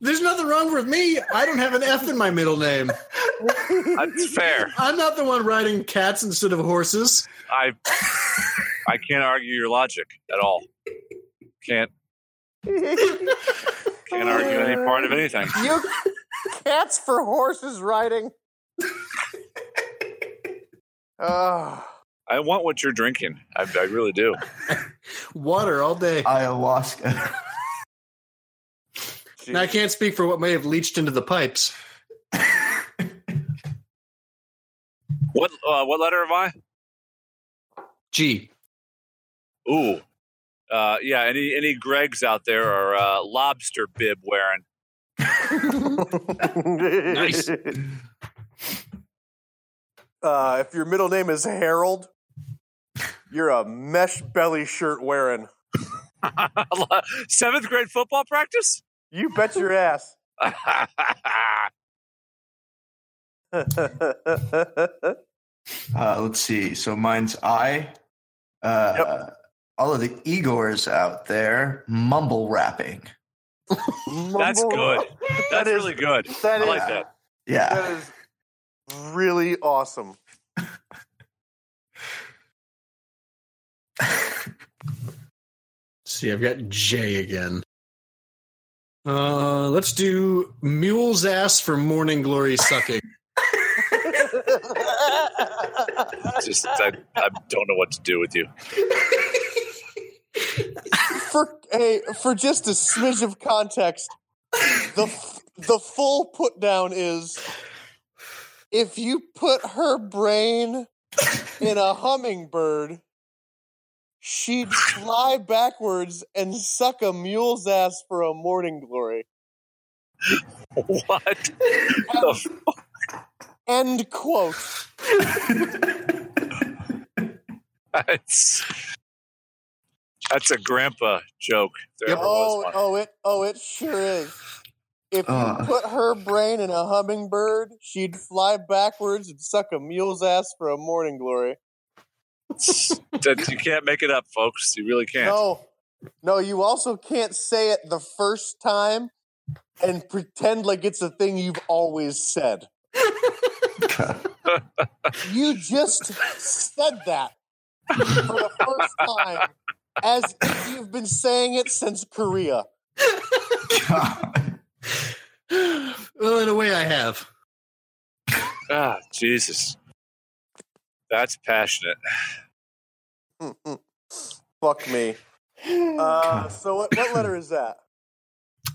There's nothing wrong with me. I don't have an F in my middle name.
That's Uh, fair.
I'm not the one riding cats instead of horses.
I I can't argue your logic at all. Can't can't argue any part of anything.
You cats for horses riding. Ah,
I want what you're drinking. I, I really do.
Water all day.
Ayahuasca.
Now, I can't speak for what may have leached into the pipes.
What uh, what letter am I?
G.
Ooh. Uh, yeah, any any Gregs out there are uh, lobster bib wearing.
Nice.
uh, if your middle name is Harold, you're a mesh belly shirt wearing.
Seventh grade football practice?
You bet your ass.
Uh, let's see. So mine's I. Uh, All of the Igors out there mumble rapping.
That's good. That's
That is-
really good.
That
I
is,
like that.
Yeah.
that is really awesome.
see, I've got J again. Uh, let's do mule's ass for morning glory sucking.
Just I, I don't know what to do with you.
for hey, for just a smidge of context, the f- the full put down is if you put her brain in a hummingbird, she'd fly backwards and suck a mule's ass for a morning glory.
What? The
End quote.
f- that's, that's a grandpa joke. if There ever was
Oh,
one.
oh, it, oh, it sure is. If
Uh.
you put her brain in a hummingbird, she'd fly backwards and suck a mule's ass for a morning glory.
That- you can't make it up, folks. You really can't.
No, no, you also can't say it the first time and pretend like it's a thing you've always said. you just said that for the first time as if you've been saying it since Korea.
well, in a way, I have.
Ah, Jesus. That's passionate.
Mm-mm. Fuck me. Uh, so what, what letter is that?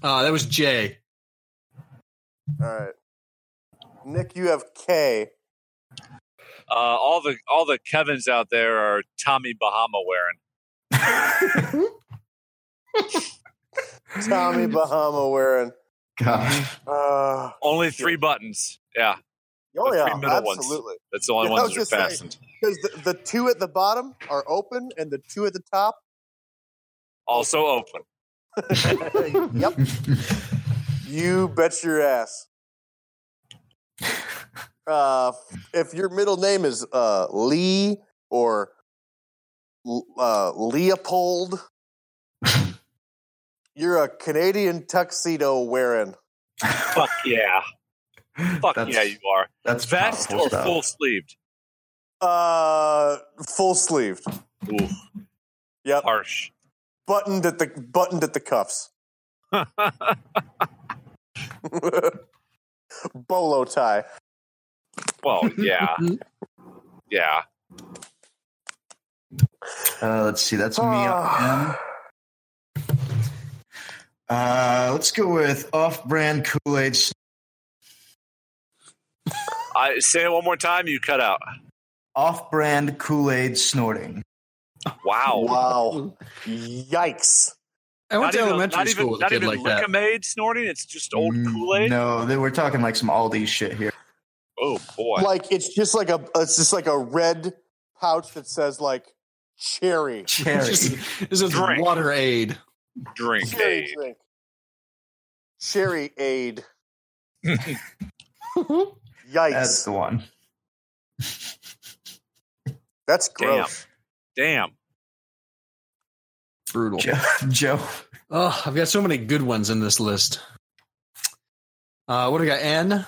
Uh, that was J.
All right, Nick, you have K.
Uh, all the all the Kevins out there are Tommy Bahama wearing.
Tommy Bahama wearing.
God.
Uh,
Only three buttons. Yeah,
oh
The
yeah,
three middle ones.
absolutely.
that's the only
Yeah, I
ones
was
that are
just saying.
fastened.
Because the, the two at the bottom are open, and the two at the top.
Also open.
yep. You bet your ass. Uh, if your middle name is uh, Lee or uh, Leopold, you're a Canadian tuxedo wearing.
Fuck yeah. Fuck
That's-
yeah, you are.
That's
Vest
powerful
or
stuff.
full sleeved?
Uh, full sleeved,
Ooh.
Yep.
Harsh.
buttoned at the buttoned at the cuffs, bolo tie.
well, yeah. Yeah.
Uh, let's see. That's me. on
Ah.
M. Uh, let's go with off-brand Kool-Aid. s-
I say it one more time, you cut out.
Off-brand Kool-Aid snorting.
Wow.
Wow! Yikes!
I went to
even-
elementary
not
school
even,
with a
not
kid
even
like that.
Lickamade snorting, it's just old
Mm,
Kool-Aid.
No, they were talking like some Aldi shit here.
Oh boy.
Like it's just like a it's just like a red pouch that says like cherry.
Cherry.
Just- this is
Drink.
water aid.
Drink.
Cherry
aid.
drink. Cherry aid. Yikes!
That's
That's,
the one.
gross.
Damn.
Brutal.
Joe. Joe.
Oh, I've got so many good ones in this list. Uh, what do I got? N.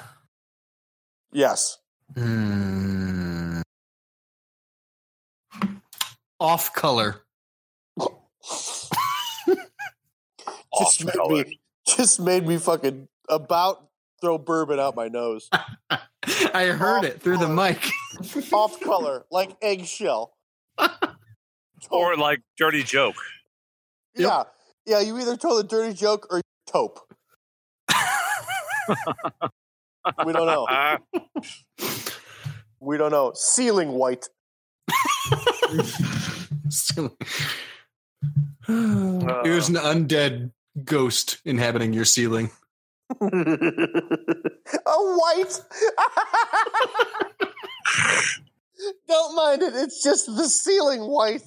Yes.
Hmm. Off color.
Off
Just made
color.
me just made me fucking about throw bourbon out my nose.
I heard it through the mic.
Off color, like eggshell.
Or like dirty joke.
Yeah. Yeah, you either told a dirty joke or you taupe. we don't know.
Uh,
We don't know. Ceiling white.
There's an undead ghost inhabiting your ceiling.
A white. don't mind it. It's just the ceiling white.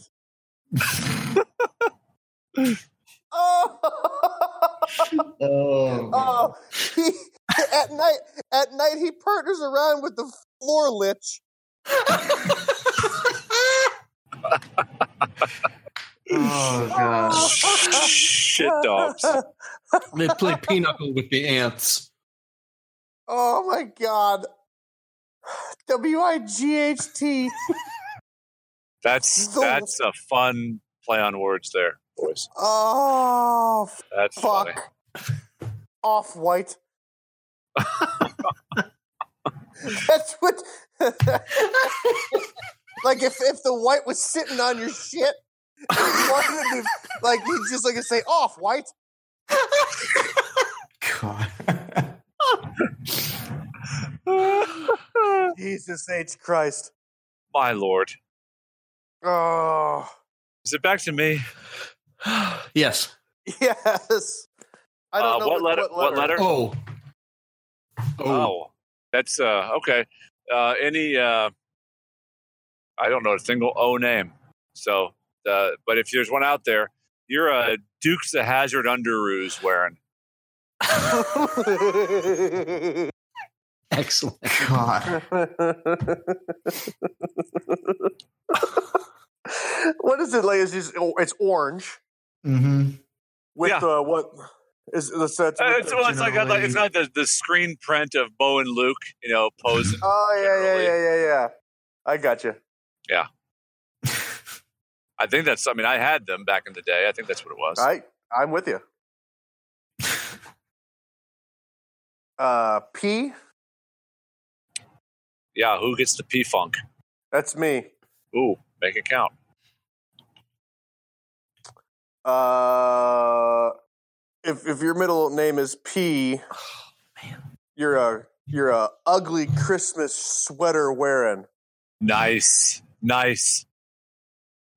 Oh,
Oh,
oh. He, at night, at night, he partners around with the floor lich.
oh god.
Shit dogs.
They play pinochle with the ants.
Oh my god. W I G H T.
That's
The-
that's a fun play on words there, boys.
Oh,
That's funny.
fuck. Off white. That's what. like, if, if the white was sitting on your shit, he wanted to- like, he'd just like say, off white.
God.
Jesus H. Christ.
My lord.
Oh,
Is it back to me?
yes.
yes. I don't
Uh,
know
what letter- what letter?
Oh. Oh.
Oh, that's uh okay. Uh any uh I don't know a single O name. So uh but if there's one out there, you're a Duke's a Hazard underoos wearing.
Excellent.
God.
what is it like? It's, just- oh, it's orange
Mm-hmm.
with
Yeah.
uh, what is the set?
Uh, it's, well, it's like I'm like- it's not the, the screen print of Bo and Luke, you know, posing.
oh yeah, yeah, yeah, yeah, yeah. I got you.
I think that's. I mean, I had them back in the day. I think that's what it was.
I I'm with you. Uh, P.
yeah, who gets the P funk?
That's me.
Ooh, make it count.
Uh, if if your middle name is P, you're a you're a ugly Christmas sweater wearing.
Nice, nice,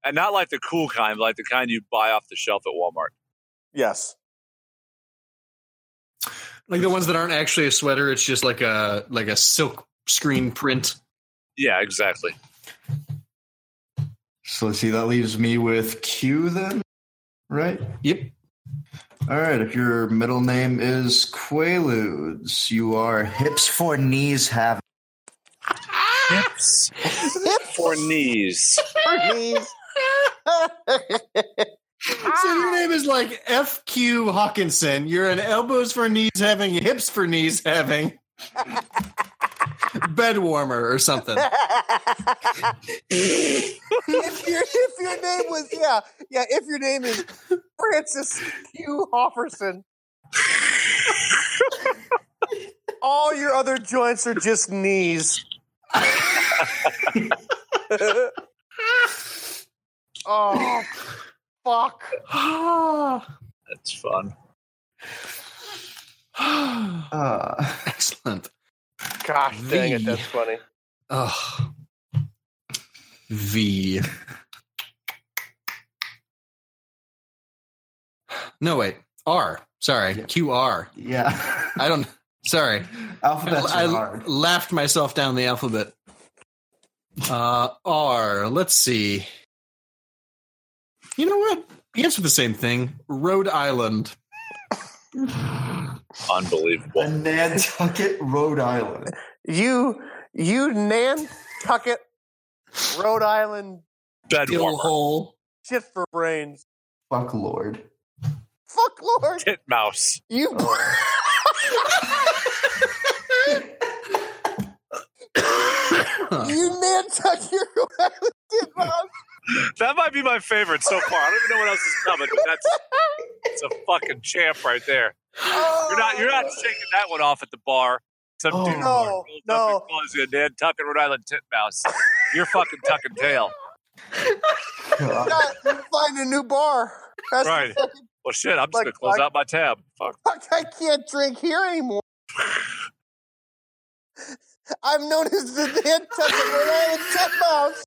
and not like the cool kind, but like the kind you buy off the shelf at Walmart.
Yes.
Like the ones that aren't actually a sweater, it's just like a like a silk screen print.
Yeah, exactly.
So let's see, that leaves me with Q then, right?
Yep.
All right, if your middle name is Quaaludes, you are hips for knees have.
Hips for knees.
So your name is like FQ Hawkinson. You're an elbows for knees having, hips for knees having, bed warmer or something.
if your if your name was yeah yeah if your name is Francis Q Hofferson, all your other joints are just knees. oh fuck!
That's fun.
Uh,
Excellent.
Gosh dang it, that's funny.
Oh. V. No, wait. R. Sorry. QR.
yeah.
I don't. Sorry.
Alphabets
I,
are
I
hard.
laughed myself down the alphabet. Uh, R. Let's see. You know what? Answer the same thing. Rhode Island.
Unbelievable.
And Nantucket, Rhode Island.
You you Nantucket, Rhode Island,
Bed
Pill
warmer.
hole.
shit for brains.
Fuck Lord.
Fuck Lord,
Tit mouse.
you. You Nantucket Rhode Island Kid Mouse.
That might be my favorite so far. I don't even know what else is coming, but that's it's a fucking champ right there. You're not
Oh,
you're not shaking that one off at the bar. Some
Oh.
dude rolls
No,
up
no.
and calls you a Nantucket, Rhode Island titmouse. You're fucking tucking tail.
God.
Not find a new bar. That's
Right.
fucking
Well, shit, I'm just
Like,
gonna close
like-
out my tab. Fuck.
fuck. I can't drink here anymore. I'm known as the Nantucket Rhode Island Kid Mouse.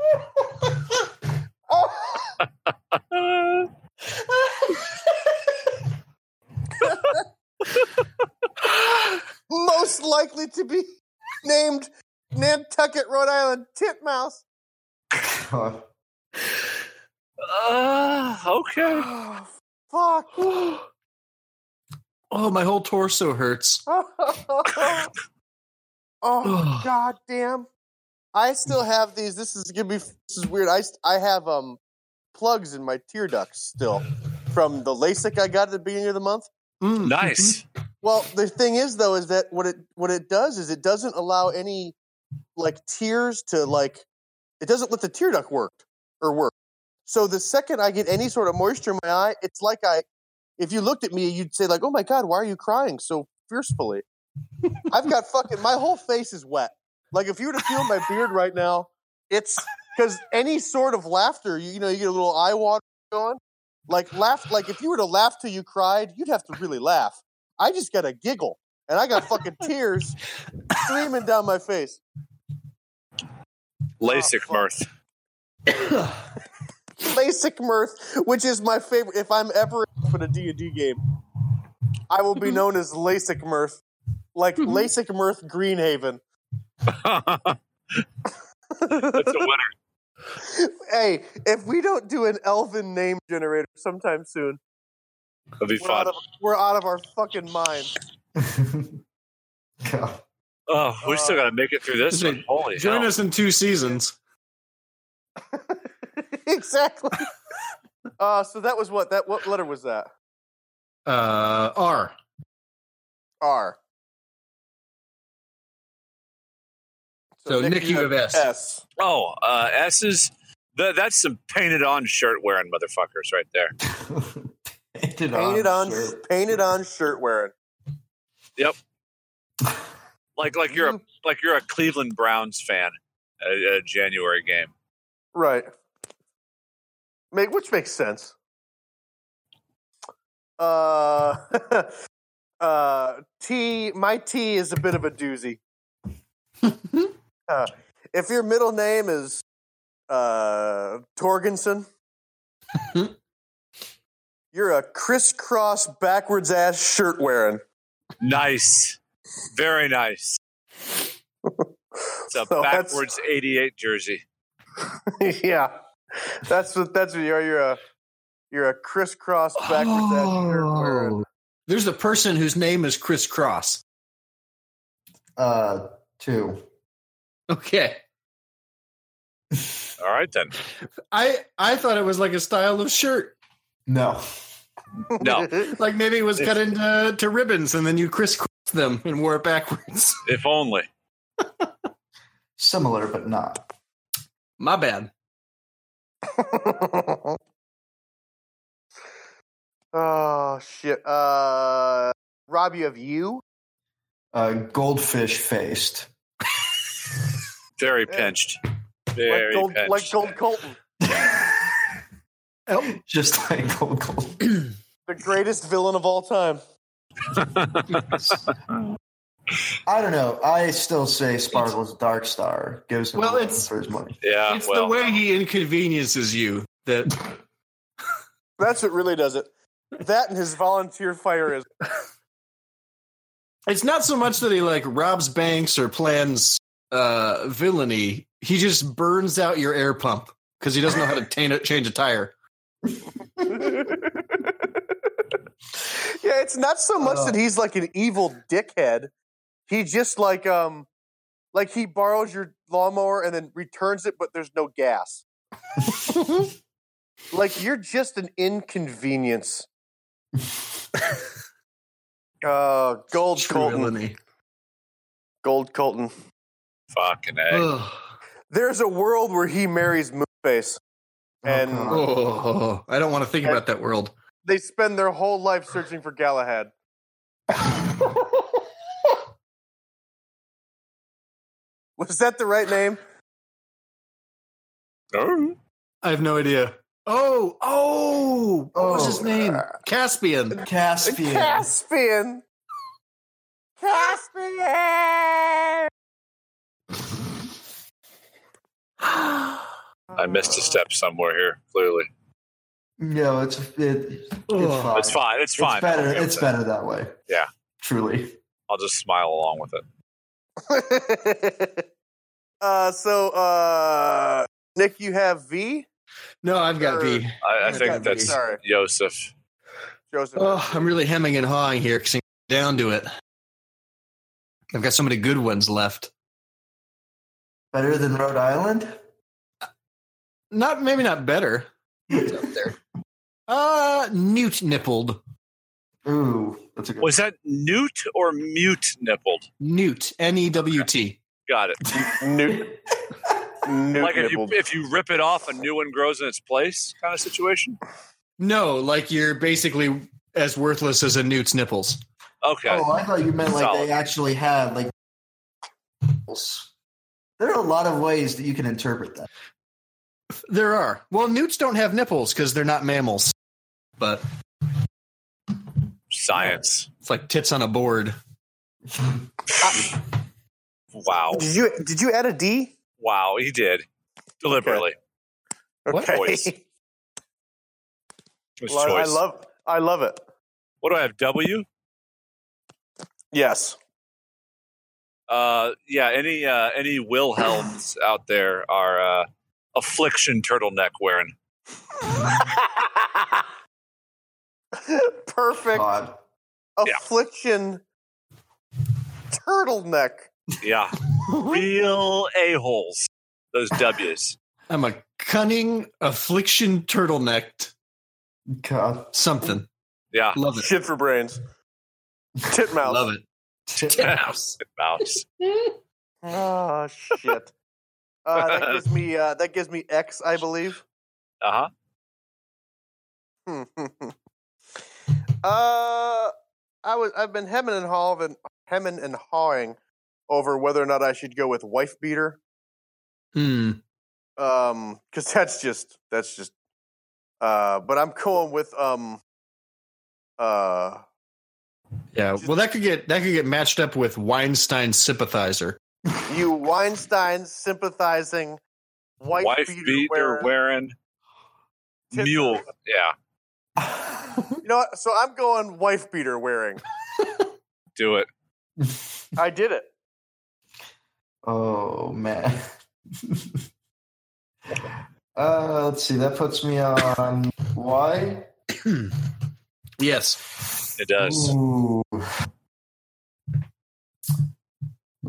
oh, most likely to be named Nantucket Rhode Island Titmouse.
God.
Uh,
Ah,
okay.
Hmm.
Fuck.
Oh, my whole torso hurts.
oh, god damn. I still have these. This is gonna be this is weird. I st- I have um plugs in my tear ducts still from the LASIK I got at the beginning of the month.
Mm.
Nice.
Well, the thing is though is that what it what it does is it doesn't allow any like tears to like it doesn't let the tear duct work or work. So the second I get any sort of moisture in my eye, it's like I if you looked at me, you'd say like, "Oh my god, why are you crying so fiercely?" I've got fucking my whole face is wet. Like if you were to feel my beard right now, it's because any sort of laughter, you, you know, you get a little eye water going. Like laugh, like if you were to laugh till you cried, you'd have to really laugh. I just got a giggle, and I got fucking tears streaming down my face.
LASIK
Oh, fuck.
mirth.
LASIK mirth, which is my favorite. If I'm ever in a D&D game, I will be known as LASIK mirth, like LASIK mirth Greenhaven.
That's a winner.
hey, if we don't do an elven name generator sometime soon,
That'd be
we're out
fun.
of, we're out of our fucking minds.
God.
Oh, we still
uh,
got to make it through this one. Holy
Join
hell.
us in two seasons.
exactly. Uh, so that was what that what letter was that?
Uh, R.
R.
So, Nick, you have S.
S.
Oh, uh, S's. Th- that's some painted on shirt wearing motherfuckers right there.
painted
Painted on
shirt.
painted on shirt wearing.
Like like you're a,
Mm-hmm.
like you're a Cleveland Browns fan. A, a January game.
Right. Make which makes sense. Uh, uh, T. My T is a bit of a doozy. uh, if your middle name is uh, Torgensen, you're a crisscross backwards ass shirt wearing.
Nice, very nice. It's a
So that's-
backwards '88 jersey.
yeah, that's what that's what you are. You're a you're a crisscross backwards ass shirt wearing.
Oh. There's a person whose name is Chris Cross.
Uh, two.
Okay.
All right then.
I I thought it was like a style of shirt.
No.
No,
Like maybe it was cut into to ribbons and then you crisscrossed them and wore it backwards.
if only.
Similar, but not.
My bad.
oh shit. Uh Rob, you have you?
Uh, goldfish faced.
Very pinched. Very
like gold
pinched.
like Gold Colton.
Just like gold, gold.
The greatest villain of all time.
I don't know. I still say Sparkle's Dark Star gives him
Well,
a run
it's-
for his money.
yeah.
it's
Ah, well,
the way he inconveniences you that
That's what really does it. That and his volunteer fire is
it's not so much that he like robs banks or plans uh villainy. He just burns out your air pump because he doesn't know how to tain- change a tire.
Yeah, it's not so much that he's like an evil dickhead. He just like um like he borrows your lawnmower and then returns it, but there's no gas. like you're just an inconvenience. uh gold
True
Colton.
villainy.
Gold Colton.
fucking a.
Ugh.
There's a world where he marries Moonface. And
God.
Oh, I don't want to think about that world.
they spend their whole life searching for Galahad. Was that the right name?
Oh.
I have no idea. Oh, oh, what was
Oh.
his name? Caspian.
Caspian.
Caspian. Caspian.
I missed a step somewhere here. Clearly,
no, it's it, it's
Ugh.
fine.
it's fine. It's
It's
fine.
better.
I'll,
It's better that way.
Yeah.
Truly.
I'll just smile along with it.
uh, so, uh, Nick, you have V.
No, I've got B.
I, I
It's
think
gotta be.
that's
Sorry,
Joseph.
Joseph.
Oh, I'm really hemming and hawing here because I'm down to it. I've got so many good ones left.
Better than Rhode Island?
Not maybe not better. It's up there. Uh, newt nippled.
Ooh, that's a good
Was that newt or mute nippled?
Newt. N e w t.
Got it.
Newt. Newt
like if you,
nibbled.
if you rip it off, a new one grows in its place, kind of situation.
No, like you're basically as worthless as a newt's nipples.
Okay,
Oh, I thought you meant like
Solid.
they actually had like. There are a lot of ways that you can interpret that.
There are. Well, newts don't have nipples because they're not mammals. But
science.
it's like tits on a board.
Wow,
Did you did you add a D?
wow, he did deliberately.
What?
Okay.
Choice. It was
Lo- I
choice.
love I love it.
What do I have? W.
Yes.
Uh, yeah. Any uh, any Wilhelms out there are uh, affliction turtleneck wearing?
Perfect
God.
affliction turtleneck.
Yeah, real a holes. Those W's.
I'm a cunning affliction turtlenecked
God.
something.
Yeah,
Love it.
Shit for brains. Titmouse.
Love it.
mouse. mouse.
Oh shit. Uh, that gives me uh, that gives me X, I believe.
Uh huh.
uh, I was I've been hemming and hawing, hemming and hawing over whether or not I should go with wife beater.
Hmm.
um because that's just that's just uh but i'm going with um uh
Yeah. Well, that could get that could get matched up with Weinstein sympathizer.
you weinstein sympathizing white
Wife
beater,
beater
wearer.
wearing
Tit-
mule. Yeah,
you know what so i'm going wife beater wearing
do it.
i did it
Oh man. uh, let's see. That puts me on Y.
Yes.
It does.
Ooh. We'll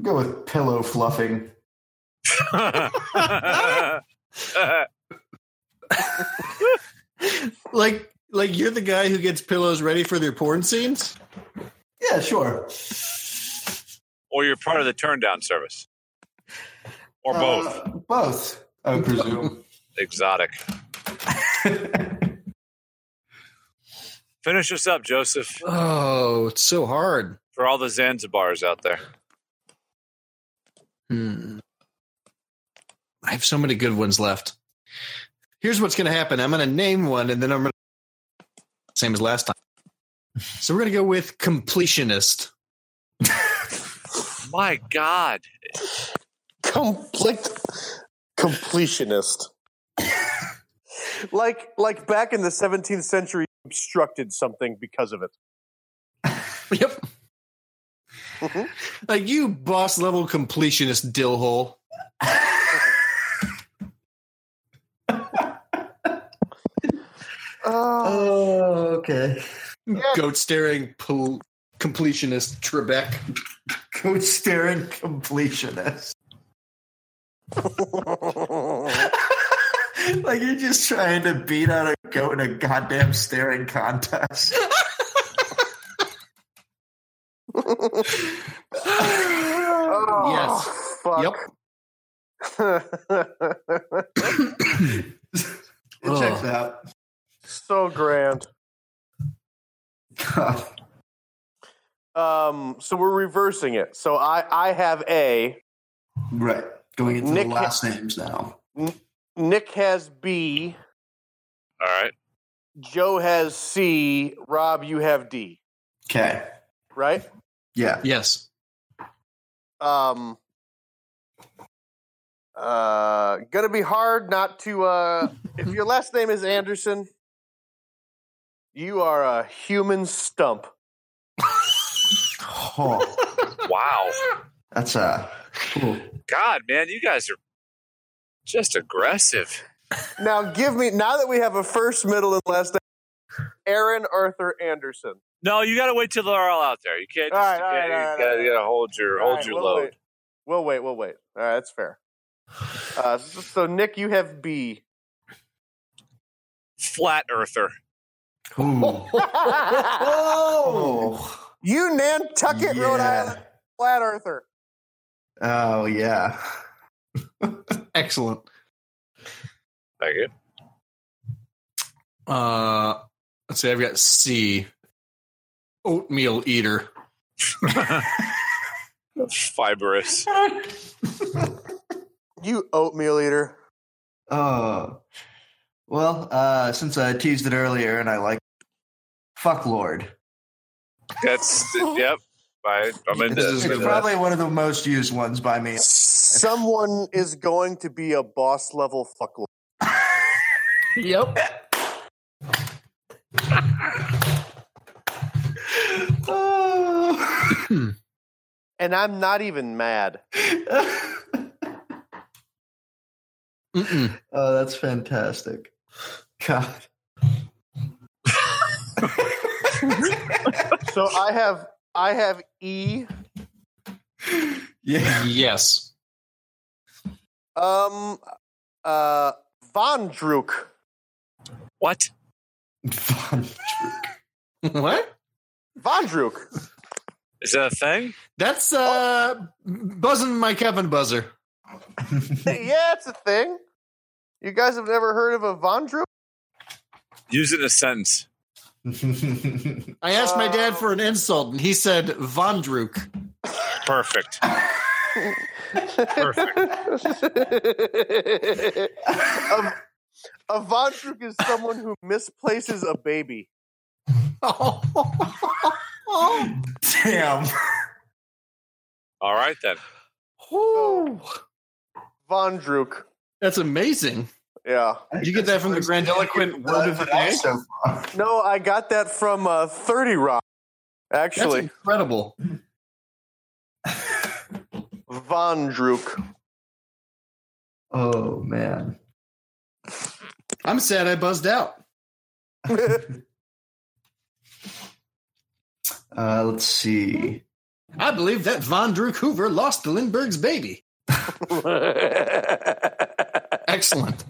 go with pillow fluffing.
Like like you're the guy who gets pillows ready for their porn scenes.
Yeah, sure.
or you're part of the turn down service. Or both.
Uh, both, I would presume.
Exotic. Finish us up, Joseph,
Oh, it's so hard.
for all the Zanzibars out there.
Hmm. I have so many good ones left. Here's what's going to happen. I'm going to name one, and then I'm going to same as last time. So we're going to go with completionist.
My God.
complete completionist like like back in the 17th century obstructed something because of it
Yep.
Mhm.
Like Uh, you, boss level completionist dill hole.
oh
oh, okay.
Goat staring pol- completionist Trebek.
Coach staring completionist. like you're just trying to beat out a goat in a goddamn staring contest.
Yes.
fuck.
Yep.
It checks out.
so grand.
God.
Um, so we're reversing it. So I, I have A.
Right. Going into
Nick-
the last names now.
Nick has B.
All right.
Joe has C. Rob, you have D.
Okay.
Right?
Yeah.
Yes.
Um. Uh, gonna be hard not to. Uh, if your last name is Anderson, you are a human stump.
Oh,
Wow.
that's uh, a. Cool.
God, man, you guys are just aggressive.
Now give me now that we have a first, middle, and last name, Aaron Arthur Anderson.
No, you got to wait till they're all out there. You can't. Just,
All right,
you
all right,
can't-
all
you
right, all
gotta,
right.
you gotta hold your
All
hold
right,
your
we'll
load.
Wait. We'll wait. We'll wait. All right, that's fair. Uh, so, so, Nick, you have B.
Flat earther.
Ooh. Oh.
you Nantucket, Rhode
yeah.
Island flat earther.
Oh yeah.
Excellent.
Thank you.
Uh, let's see. I've got C. Oatmeal eater.
Fibrous.
You oatmeal eater.
Oh. Well, uh, since I teased it earlier and I like fuck Lord.
That's yep. I, I'm into
It's,
into
it's
that.
probably one of the most used ones by me.
Someone is going to be a boss level fuckload.
Yep.
Oh.
And I'm not even mad.
Mm-mm.
oh, that's fantastic. God.
So I have I have E.
Yeah.
Yes.
Um uh Von Druk.
What?
Von Druk.
what?
Von Druk.
Is that a thing?
That's uh, buzzing my Kevin buzzer.
yeah, it's a thing. You guys have never heard of a Von Druk?
Use it in a sentence.
I asked my dad
Oh.
for an insult, and he said Vondruk.
Perfect. Perfect.
a, a Von Druk is someone who misplaces a baby.
Damn.
All right then.
Von Druk.
That's amazing.
Yeah.
Did you get that from the grandiloquent word of the day?
So far.
No, I got that from uh, 30 Rock.
That's
Actually,
incredible.
Von Druk.
Oh man.
I'm sad I buzzed out.
Uh, let's see.
I believe that Vondruk Hoover lost the Lindbergh's baby. Excellent.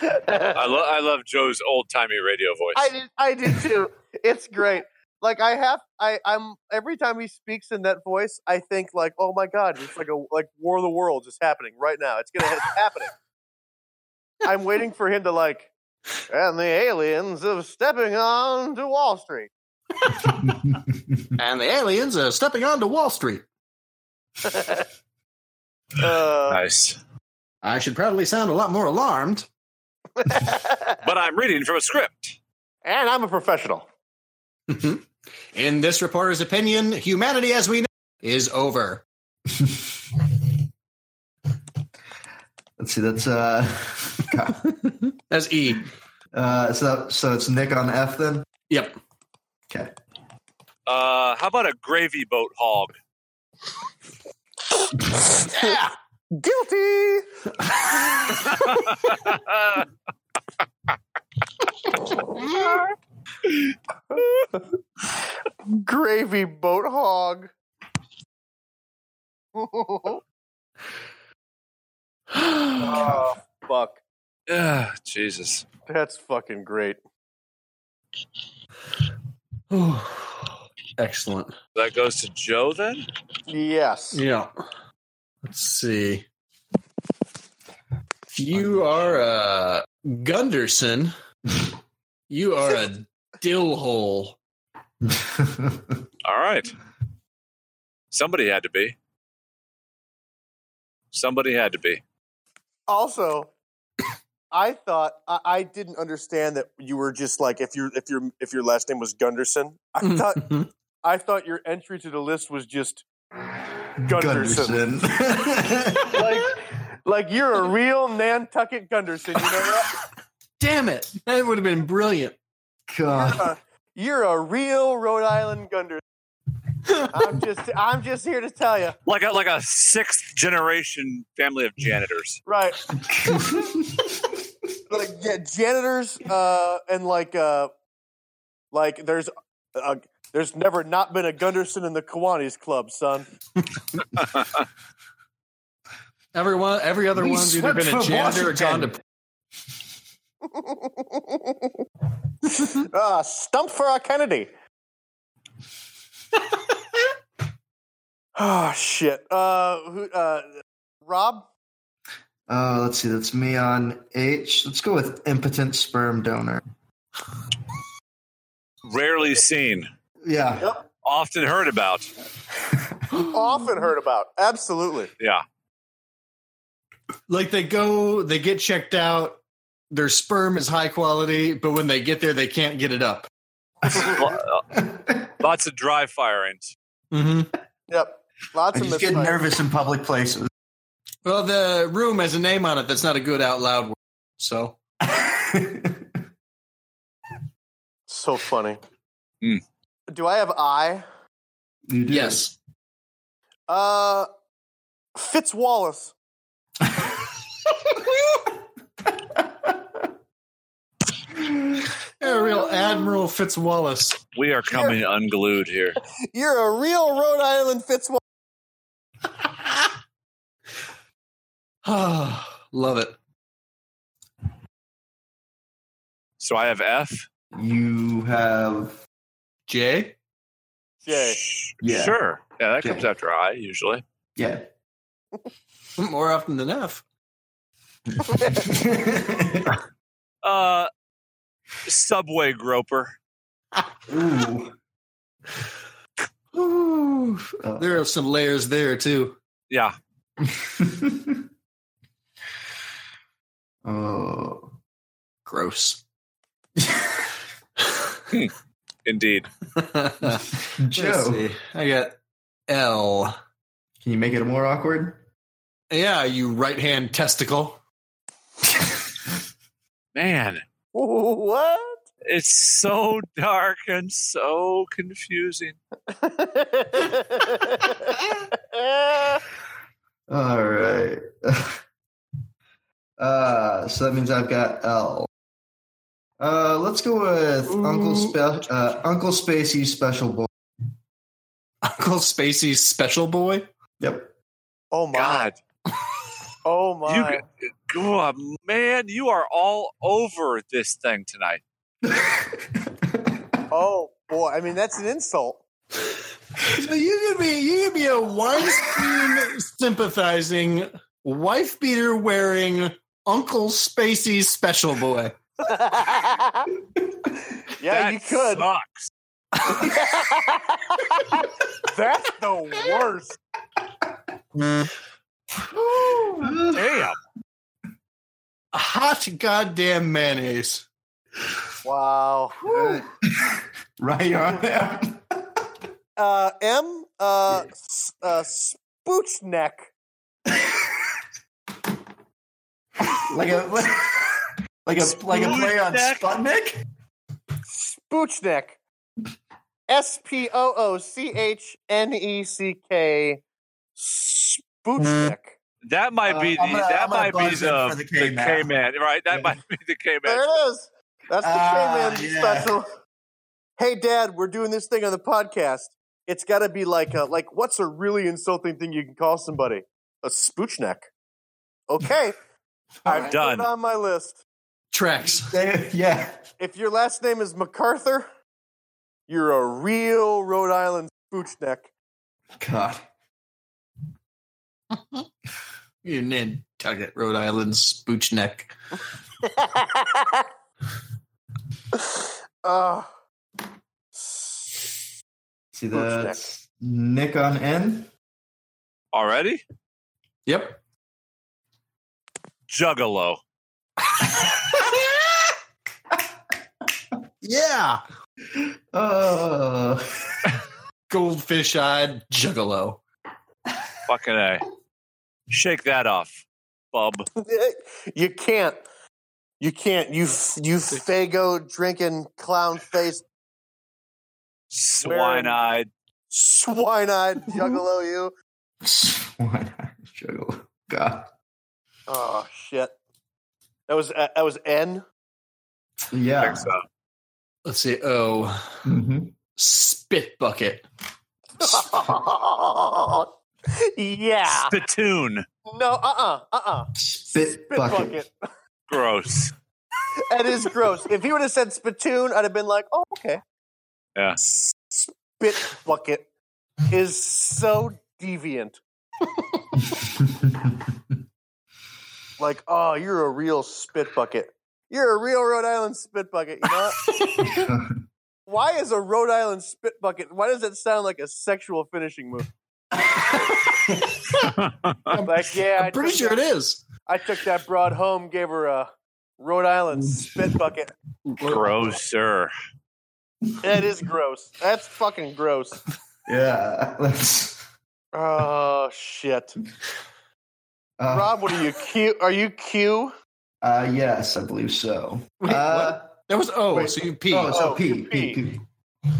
I, lo- I love Joe's old timey radio voice.
I did. I did too. It's great. Like I have. I. I'm every time he speaks in that voice, I think like, oh my god, it's like a like War of the Worlds is happening right now. It's gonna. It's happening. I'm waiting for him to like. And the aliens of stepping on to Wall Street.
And the aliens are stepping onto Wall Street.
Uh,
nice.
I should probably sound a lot more alarmed.
But I'm reading from a script.
and I'm a professional.
In this reporter's opinion, humanity as we know is over.
Let's see. That's uh. God.
That's E.
Uh, so so it's Nick on F then.
Yep.
Okay.
Uh, how about a gravy boat hog?
Guilty. Gravy boat hog. oh fuck.
Ah, Jesus.
That's fucking great.
Excellent.
That goes to Joe then?
Yes.
Yeah. Let's see. If you are a Gunderson, you are a dill hole.
All right. Somebody had to be. Somebody had to be.
Also, I thought I, I didn't understand that you were just like if your if your if your last name was Gunderson. I
Mm.
thought I thought your entry to the list was just Gunderson. like, like you're a real Nantucket Gunderson. You know that?
Damn it. That would have been brilliant.
God.
You're a real Rhode Island Gunderson. I'm just, I'm just here to tell you,
Like a like a sixth generation family of janitors.
right? like yeah, janitors uh, and like uh, like there's uh, there's never not been a Gunderson in the Kiwanis Club, son.
Everyone, every other
We
one's either
swept
been a
for
janitor or gone to.
uh, stump for our Kennedy. oh shit. Uh, who, uh, Rob.
Uh, let's see. That's me on H. Let's go with impotent sperm donor.
Rarely seen,
Yeah.
often heard about.
Often heard about. Absolutely.
Yeah.
Like they go, they get checked out. Their sperm is high quality, but when they get there, they can't get it up.
Lo- uh, Lots of dry firings.
Mm-hmm.
Yep. Lots
I
of
just get
misfires.
nervous in public places.
Well, the room has a name on it that's not a good out loud word. So
So funny.
Mm.
Do I have I?
You do.
yes,
Uh, Fitz Wallace.
Ariel Admiral Fitzwallace.
We are coming unglued here.
You're a real Rhode Island Fitz. Wa-
Love it.
So I have F.
You have.
Jay,
Jay.
Sh-
Yeah.
Sure. Yeah, that
Yeah.
comes after I usually.
Yeah.
more often than F.
Uh, Subway groper.
Ooh.
Ooh,
Uh,
there are some layers there too.
Yeah.
oh.
Gross.
Indeed.
Let's
Joe,
see. I got L.
can you make it more awkward?
Yeah, you right hand testicle.
Man,
What?
it's so dark and so confusing.
All right. Uh, so that means I've got L. Uh, let's go with Uncle Spe- uh, Uncle Spacey Special Boy.
Uncle Spacey's special boy.
Yep.
oh my.
God,
Oh my.
you, g- God, man, you are all over this thing tonight.
oh boy. I mean, that's an insult.
So you could be you could be a Weinstein sympathizing wife beater wearing Uncle Spacey's special boy.
yeah,
That
you could.
Sucks.
That's the worst.
Damn.
Hot goddamn mayonnaise.
Wow.
right on that.
Uh, M. Uh, s- uh, Spoochneck.
Like a like, a like a play on
Sputnik.
Sputnik.
Spoochneck. S P O O C H N E C K.
Hmm.
Spoochneck.
That might be the
Uh, I'm gonna-
that
I'm gonna
might be
buzz in
the,
for the
the
K-Man.
K-Man, right? That
Yeah.
might be the K-Man.
There it is. That's the
Ah,
K-Man
yeah.
special. Hey, Dad, we're doing this thing on the podcast. It's got to be like, a, like, what's a really insulting thing you can call somebody? A spoochneck. Okay, I've
Done.
put it on my list.
Tracks.
They- yeah.
If your last name is MacArthur, you're a real Rhode Island spoochneck.
God.
You Nantucket, Rhode Island spoochneck.
uh,
See
Sputnik.
that's Nick on N.
Already?
Yep.
Juggalo.
Yeah.
Uh,
Goldfish eyed juggalo.
Fucking A. Shake that off, bub.
you can't. You can't. You f- you fago drinking clown face
Swine eyed.
swine eyed juggalo. You.
why not? Juggle. God.
Oh shit. That was uh, that was N.
I
Yeah.
think so.
Let's see. Oh,
hmm
spit bucket.
yeah.
Spittoon.
No. Uh. Uh-uh, uh. Uh.
Spit, bucket.
Gross.
That is gross. If he would have said spittoon, I'd have been like, oh, okay.
Yeah.
Spit bucket is so deviant. Like, oh, you're a real spit bucket. You're a real Rhode Island spit bucket. You know what? Why is a Rhode Island spit bucket? Why does it sound like a sexual finishing move? Like, yeah, I
I'm pretty
took
sure
that-
it is.
I took that broad home, gave her a Rhode Island spit bucket.
Grosser.
That is gross. That's fucking gross.
yeah. Let's.
Oh shit,
Uh,
Rob, what are you Q? Are you Q?
Uh, yes, I believe so.
Wait,
uh,
That was O.
Wait.
so you pee.
Oh, so
Oh,
P,
P.
P, P.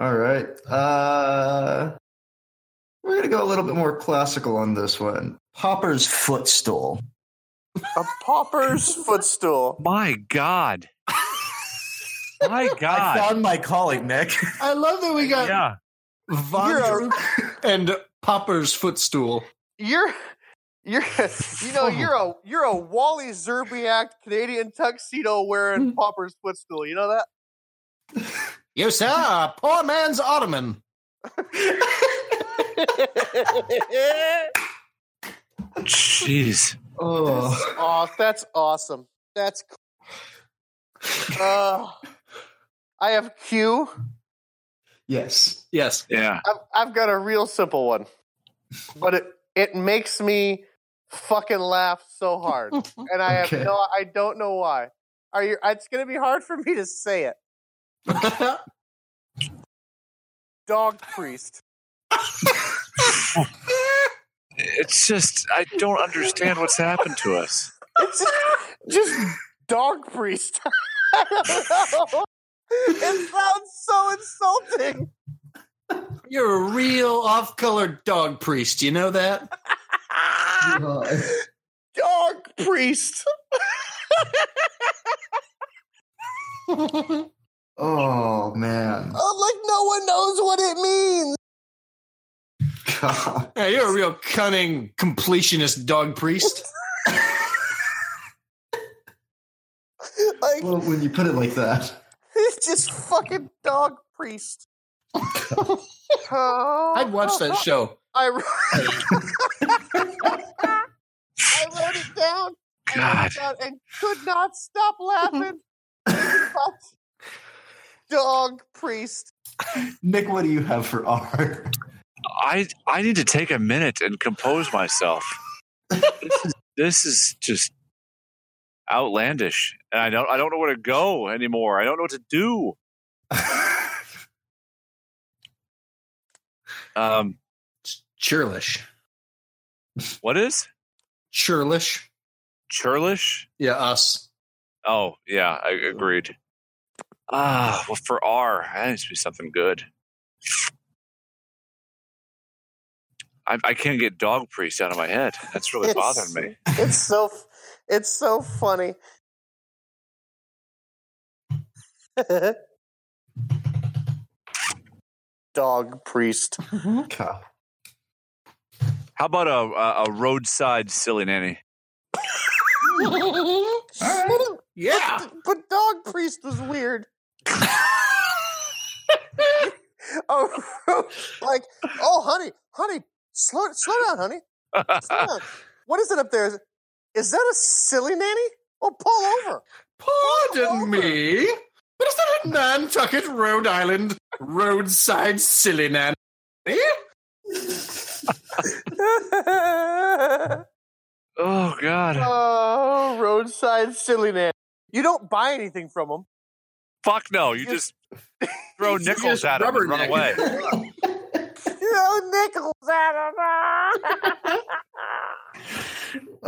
All right. Uh, we're gonna go a little bit more classical on this one. Popper's footstool.
A pauper's footstool.
My God. My
I
God.
found my calling, Nick.
I love that we got
Yeah.
Von
You're
Droop and Popper's footstool.
You're, you're, you know, you're a you're a Wally Zerbiak Canadian tuxedo wearing pauper's footstool. You know that?
You sir, poor man's ottoman.
Jeez.
oh,
Oh, that's awesome. That's. Cool. Uh, I have Q.
yes.
Yes.
Yeah.
I've, I've got a real simple one, but it it makes me fucking laugh so hard, and I have
Okay.
no, I don't know why. Are you? It's gonna be hard for me to say it. Dog priest.
It's just I don't understand what's happened to us.
It's just, just dog priest. I don't know. It sounds so insulting.
You're a real off color dog priest. You know that?
Uh,
Dog priest.
oh man.
Oh, like no one knows what it means.
God.
Yeah, you're a real cunning completionist dog priest.
Like
Well, when you put it like that.
It's just fucking dog priest.
I'd watch that show.
I, wrote- I wrote it down. I wrote
God.
it down and could not stop laughing. But dog priest.
Nick, what do you have for R?
I I need to take a minute and compose myself. this, is, this is just outlandish, and I don't I don't know where to go anymore. I don't know what to do. Um,
Churlish.
what is
Churlish.
churlish?
Yeah, us.
Oh yeah, I agreed. Ah, well, for R, that needs to be something good. I, I can't get dog priest out of my head. That's really
It's-
bothering me.
It's so it's so funny. dog priest.
God.
How about a a, a roadside silly nanny?
Yeah.
But dog priest was weird. oh, like, oh, honey, honey, slow, slow down, honey, slow down. What is it up there? Is, is that a silly nanny? Oh, pull over.
Pardon me, but is that a Nantucket, Rhode Island roadside silly Eh? nanny?
Oh God.
oh, roadside silly nanny. You don't buy anything from them.
Fuck no! You
Just-
just throw
just
nickels at him and run
rubberneck.
away.
No nickels out of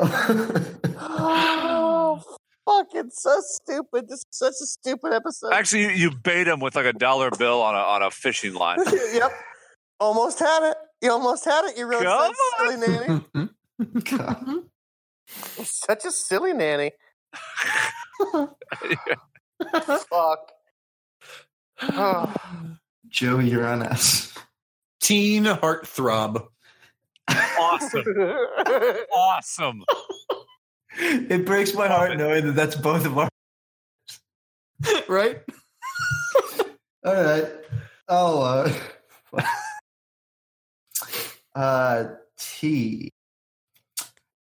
Oh, fucking so stupid. This is such a stupid episode.
Actually, you, you bait him with like a dollar bill on a on a fishing line.
yep. Almost had it. You almost had it. You wrote
Come
Mm-hmm.
such a silly nanny.
God.
You're such a silly nanny. Fuck. Oh,
Joe Uranus.
Teen heartthrob.
Awesome. awesome.
It breaks my heart knowing that that's both of our.
right?
All right. I'll, uh, uh, T.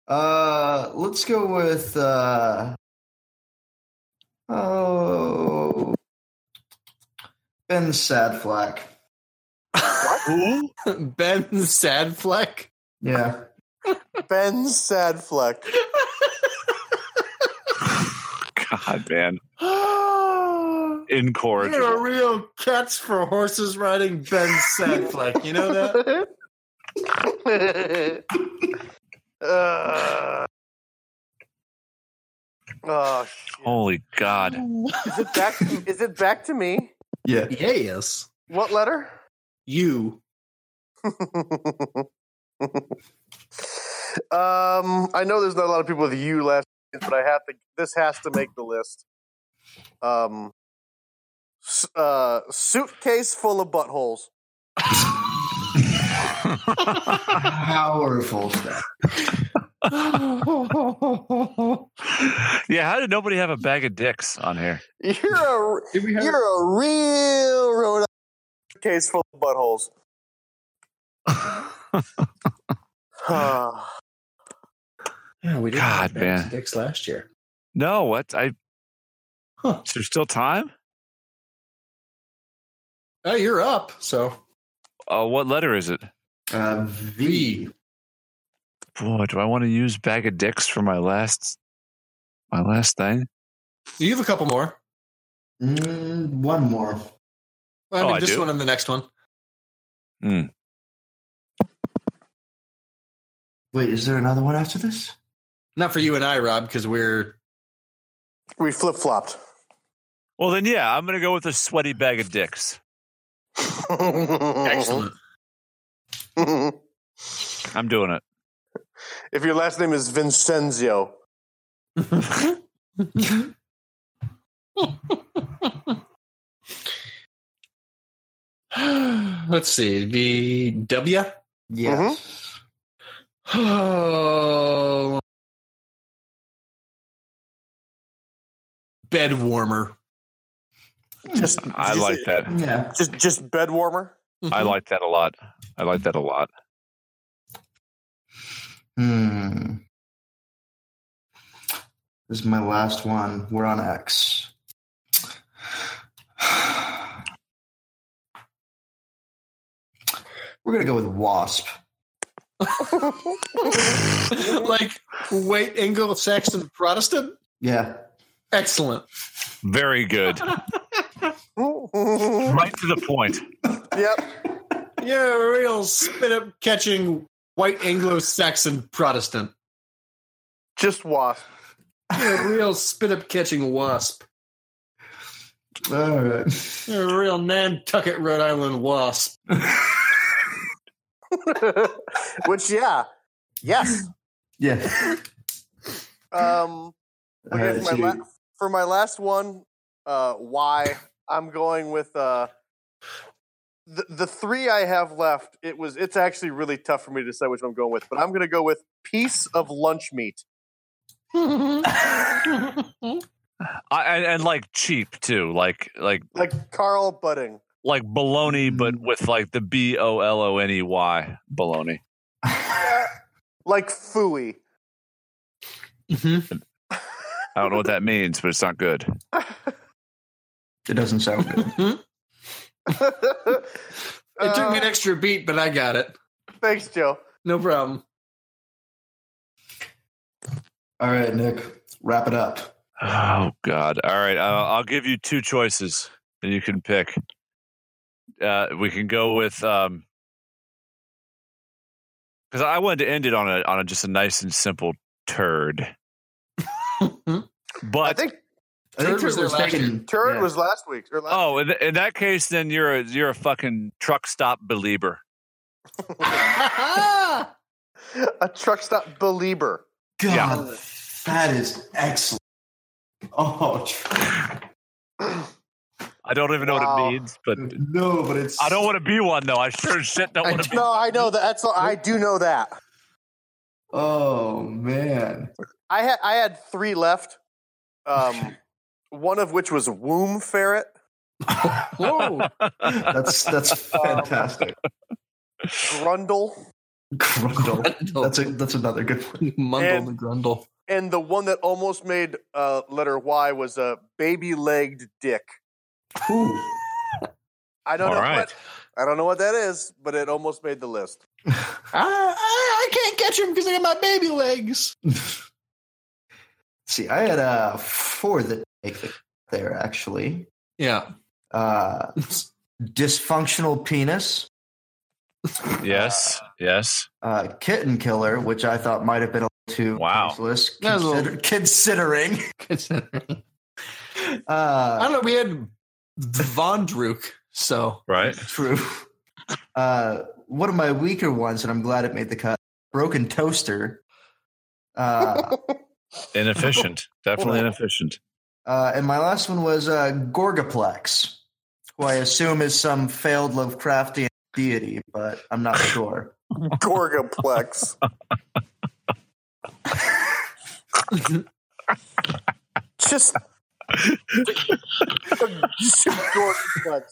Uh, let's go with, uh, oh, Ben Sadflack.
Who?
Ben Sadfleck.
Yeah.
ben Sadfleck.
God, man. Incorrigible.
There are real cats for horses riding Ben Sadfleck. You know that?
Uh, oh, shit.
Holy God.
Is it back? Is it back to me?
Yeah.
yes.
What letter?
You.
um, I know there's not a lot of people with you last, but I have to. This has to make the list. Um, s- uh, suitcase full of buttholes.
Powerful stuff.
yeah, how did nobody have a bag of dicks on here?
You're a
Did we
you're a real Rhode Island case full of buttholes. Ah,
yeah, we
God, man.
dicks last year.
No, what? I.
Huh.
Is there still time?
Oh, you're up. So
Uh, what letter is it?
Uh, v.
Boy, do I want to use bag of dicks for my last my last thing?
you have a couple more.
Mm, one more.
I
Oh,
mean,
I
this
do?
one and the next one.
Wait, is there another one after this?
Not for you and I, Rob, because we're
we flip flopped.
Well, then, yeah, I'm gonna go with a sweaty bag of dicks. Mm-hmm.
excellent.
if
I'm doing it.
your last name is Vincenzo,
Let's see. The W.
Yes.
Oh. Bed warmer.
just
I
just-
like that.
Yeah.
Just just bed warmer.
I like that a lot. I like that a lot.
Hmm. This is my last one. We're on X. We're gonna go with Wasp.
like wait, Anglo-Saxon Protestant.
Yeah.
Excellent.
Very good. right to the point.
yep.
Yeah, a real spit up catching white Anglo-Saxon Protestant.
Just wasp.
You're a real spit up catching wasp.
All right.
You're a real Nantucket, Rhode Island wasp.
Which yeah. Yes.
Yeah.
Um
All
Okay,
right,
for, my
so-
la- for my last one, uh, why I'm going with uh, the the three I have left. It was it's actually really tough for me to decide which one I'm going with, but I'm going to go with piece of lunch meat.
I, and, and like cheap too. Like like
Like Carl Budding.
like baloney, but
Mm.
with like the B O L O N E Y baloney.
Like fooey.
Mm-hmm.
I don't know what that means, but it's not good.
it doesn't sound good.
It took me an
Uh,
extra beat, but I got it.
Thanks, Joe.
No problem.
All right, Nick. Wrap it up.
Oh God! All right, uh, I'll give you two choices, and you can pick. Uh, we can go with because I wanted to end it on a on a, just a nice and simple turd.
I
But
think
I think
Turd was
Turd was
there last
taken.
turd
yeah.
was last week or last.
oh, in, th- in that case, then you're a, you're a fucking truck stop believer.
a truck stop belieber.
God,
yeah.
that is excellent. Oh, tr-
I don't even know what
Wow.
it means, but
no, but it's.
I don't want to be one though. I sure as shit don't
Mm. I
want to be.
No, I know that. That's I do know that.
Oh man.
I had I had three left. Um, one of which was womb ferret.
Whoa.
That's that's fantastic.
Grundle,
Grundle. That's a that's another good one.
Mundle
And-
the grundle.
and the one that almost made uh, letter Y was a baby-legged dick.
Ooh.
I don't
All
know
right.
what I don't know what that is, but it almost made the list.
I, I, I can't catch him because I got my baby legs.
See, I had uh four that make the there actually.
Yeah.
Uh dysfunctional penis,
Yes, yes.
uh kitten killer, which I thought might have been a little too
Wow.
tasteless,
That was a
consider-
little-
considering.
Considering. I
Uh
don't know. We had Vondruk, so
Right.
true. Uh one of my weaker ones, and I'm glad it made the cut. Broken toaster. Uh
Inefficient. Definitely inefficient.
Uh, and my last one was uh, Gorgaplex, who I assume is some failed Lovecraftian deity, but I'm not sure.
Gorgaplex. Just Gorgaplex.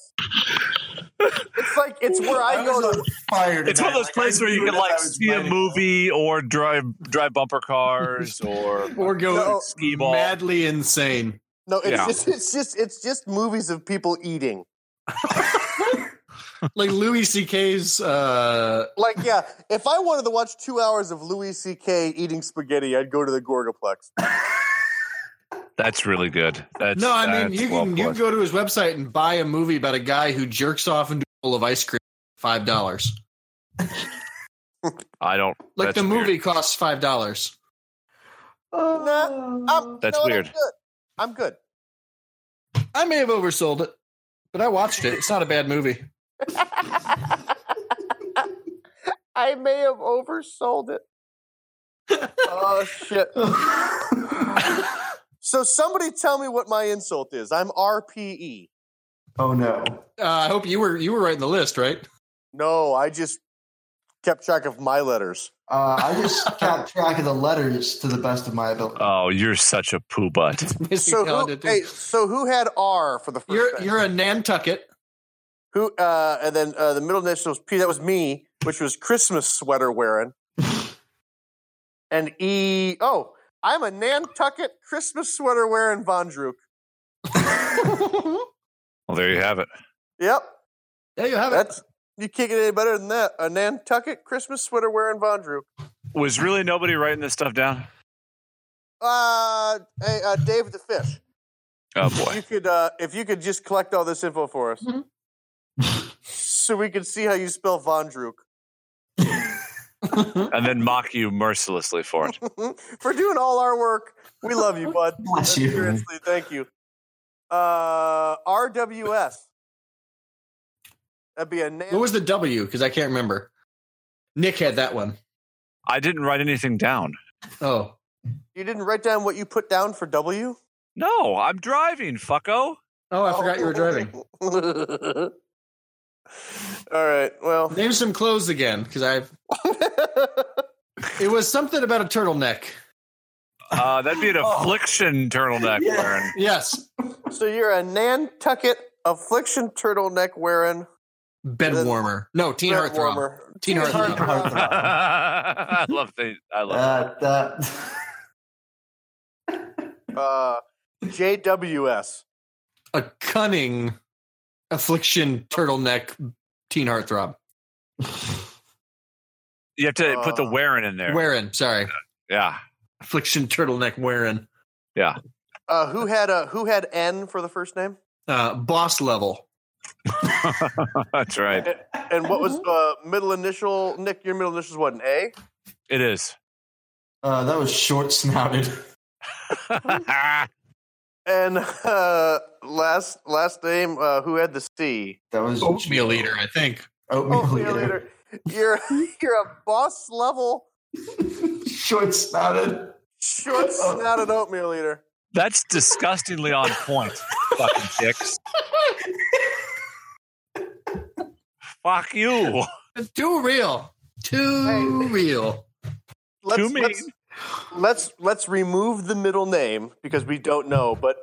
It's like it's where I go to
fire.
It's one of those places where you can like see a movie or drive drive bumper cars or
or go
No.
skee ball.
madly insane.
No, it's
Yeah.
just it's just it's just movies of people eating.
Like Louis C.K.'s. Uh,
Like, yeah, if I wanted to watch two hours of Louis C.K. eating spaghetti, I'd go to the Gorgaplex.
That's really good. That's
no, I mean
that's
you
well
can you can
put.
go to his website and buy a movie about a guy who jerks off into a bowl of ice cream for five dollars.
I don't
Like
that's
the
weird.
movie costs five dollars.
Nah, I'm,
That's
no,
weird.
I'm good. I'm good.
I may have oversold it, but I watched it. It's not a bad movie.
I may have oversold it. oh shit! So somebody tell me what my insult is. I'm E. RPE.
oh no!
Uh, I hope you were you were writing the list, right?
No, I just kept track of my letters.
Uh, I just kept track of the letters to the best of my ability.
Oh, you're such a poo butt.
So who, hey, so who had R for the 1st
you're you're a Nantucket.
who uh and then uh the middle initial was P that was me, which was Christmas sweater wearing. and E oh, I'm a Nantucket Christmas sweater wearing Von Druk.
Well, there you have it.
Yep.
There you have it.
That's you can't get any better than that. A Nantucket Christmas sweater wearing Von Druk.
Was really nobody writing this stuff down?
Uh hey uh Dave the Fish.
Oh
You
boy.
could uh if you could just collect all this info for us.
Mm-hmm.
so we could see how you spell Von Druk.
And then mock you mercilessly for it.
for doing all our work. We love you, bud.
Bless you.
Seriously, thank you. Uh, RWS. That'd be a name.
What was the W? Because I can't remember. Nick had that one.
I didn't write anything down.
Oh,
you didn't write down what you put down for W?
No, I'm driving, fucko.
oh, I forgot you were driving.
all right. Well,
Name some clothes again, because I. It was something about a turtleneck.
Uh, that'd be an
Oh.
affliction turtleneck wearing.
Yes,
so you're a Nantucket affliction turtleneck wearing
bed
The-
warmer. No, teen
bed
heartthrob.
warmer.
Teen heartthrob.
I love the I love it.
Uh, that-
Uh, JWS.
A cunning affliction turtleneck teen heartthrob.
You have to put the
Uh,
wearing in there.
Wearing, sorry,
yeah.
affliction turtleneck wearing.
Uh, who had a who had N for the first name?
Uh, boss level.
That's right.
And what was uh, middle initial? Nick, your middle initial is what? An A.
It is.
uh, that was short snouted.
That's
And uh, last last name, uh, who had the C?
That was
Oatmeal eater, I think.
Oatmeal,
Oh,
eater.
later. You're you're a boss level
Short snouted.
short snouted oatmeal eater.
That's disgustingly on point, fucking chicks. Fuck you.
It's too real. Too real.
Too
Let's,
mean.
let's let's let's remove the middle name because we don't know. But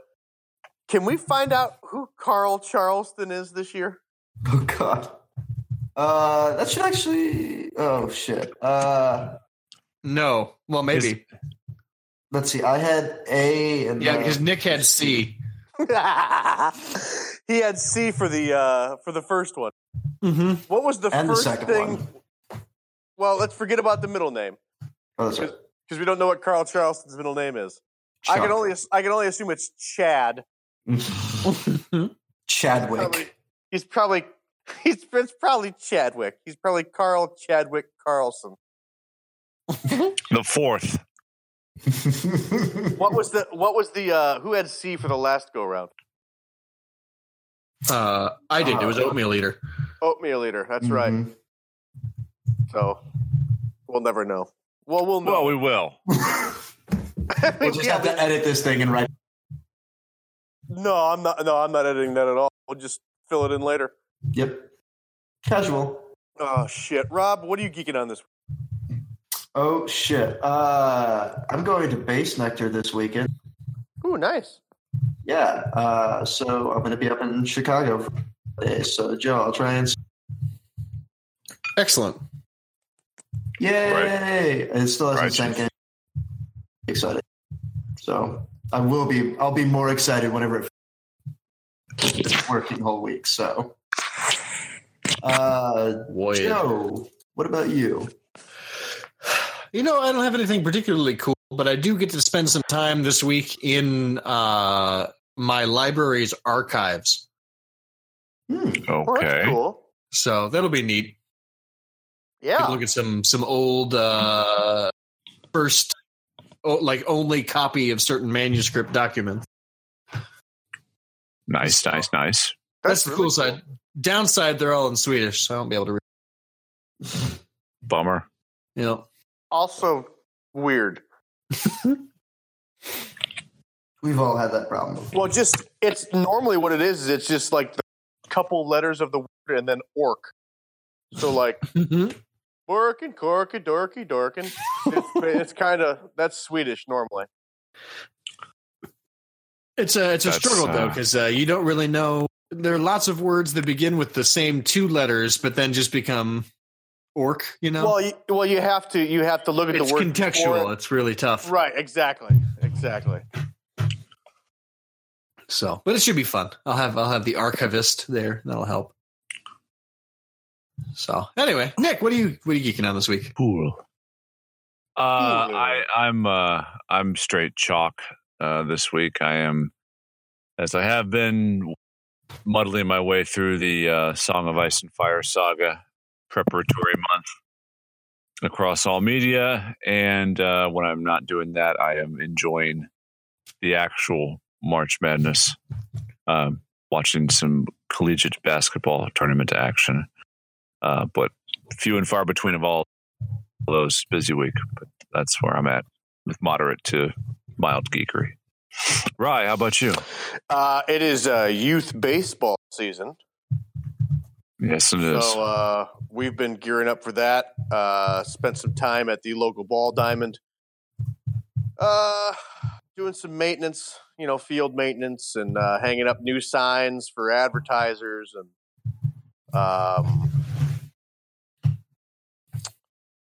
can we find out who Carl Charleston is this year?
Oh god. Uh, that should actually. Oh shit. Uh,
No. Well, maybe.
let's see. I had A and
yeah,
then-
because Nick had C.
he had C for the uh, for the first one.
Mm-hmm.
What was the
and the
first
second
thing?
one.
Well, let's forget about the middle name
Oh, that's right.
because we don't know what Carl Charleston's middle name is. I can only I can only assume it's Chad.
only. Chadwick.
He's probably he's it's probably Chadwick. He's probably Carl Chadwick Carlson.
The fourth.
What was the what was the uh, who had C for the last go round?
Uh, I did. It was oatmeal eater.
Oatmeal eater. That's right.
Mhm.
So we'll never know. Well, we'll know.
Well, we will.
We'll just have to edit this thing and write.
no, I'm not. No, I'm not editing that at all. We'll just fill it in later.
Yep. Casual.
Oh shit, Rob, what are you geeking on this?
Oh shit. Uh, I'm going to Base Nectar this weekend.
Ooh, nice.
Yeah. Uh, so I'm going to be up in Chicago for days. So Joe, I'll try and.
Excellent.
Yay! It still hasn't
Right.
sank in. Excited. So I will be. I'll be more excited whenever it, it's working whole week. So. Uh,
Boy.
Joe, what about you?
You know, I don't have anything particularly cool, but I do get to spend some time this week in uh, my library's archives.
Hmm.
Well,
Okay.
that's cool.
So that'll be neat. Take a
Yeah.
look at some some old uh, first, oh, like only copy of certain manuscript documents.
Nice, nice, nice.
That's, the cool, side. Downside, they're all in Swedish, so I won't be able to read.
Bummer.
You know,
Also weird.
We've all had that problem. before.
Well, just it's normally what it is. Is it's just like the couple letters of the word and then orc. So like
Mm-hmm.
orc and cork and dorky dorkin. It's, it's kind of that's Swedish normally.
it's a it's a
That's,
struggle though
uh,
because uh, you don't really know. There are lots of words that begin with the same two letters, but then just become orc. You know,
Well, you, well, you have to you have to look at
it's
the word
contextual.
before
It's really
it-
tough.
Right. Exactly. Exactly.
So, but it should be fun. I'll have I'll have the archivist there. That'll help. So, anyway, Nick, what are you what are you geeking on this week?
Cool. Uh, I, I'm uh, I'm straight chalk uh, this week. I am, as I have been, muddling my way through the uh, Song of Ice and Fire saga preparatory month across all media. And uh, when I'm not doing that, I am enjoying the actual March Madness, um, watching some collegiate basketball tournament action. Uh, but few and far between of all those busy week, but that's where I'm at with moderate to mild geekery. Rye, how about you?
Uh, it is uh, youth baseball season.
Yes, it is.
So uh, we've been gearing up for that. Uh, spent some time at the local ball diamond, uh, doing some maintenance, you know, field maintenance, and uh, hanging up new signs for advertisers and um,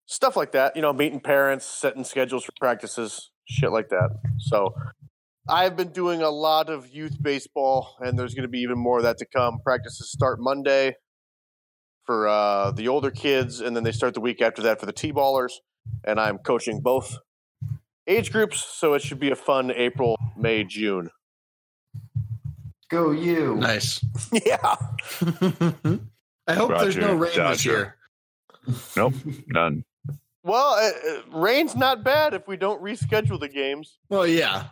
stuff like that. You know, meeting parents, setting schedules for practices, shit like that. So. I've been doing a lot of youth baseball, and there's going to be even more of that to come. Practices start Monday for uh, the older kids, and then they start the week after that for the T ballers. And I'm coaching both age groups, so it should be a fun April, May, June.
Go you.
Nice.
yeah.
I hope there's
Roger,
no rain this
Dodger.
year.
None.
Well, uh, uh, rain's not bad if we don't reschedule the games.
Well, yeah.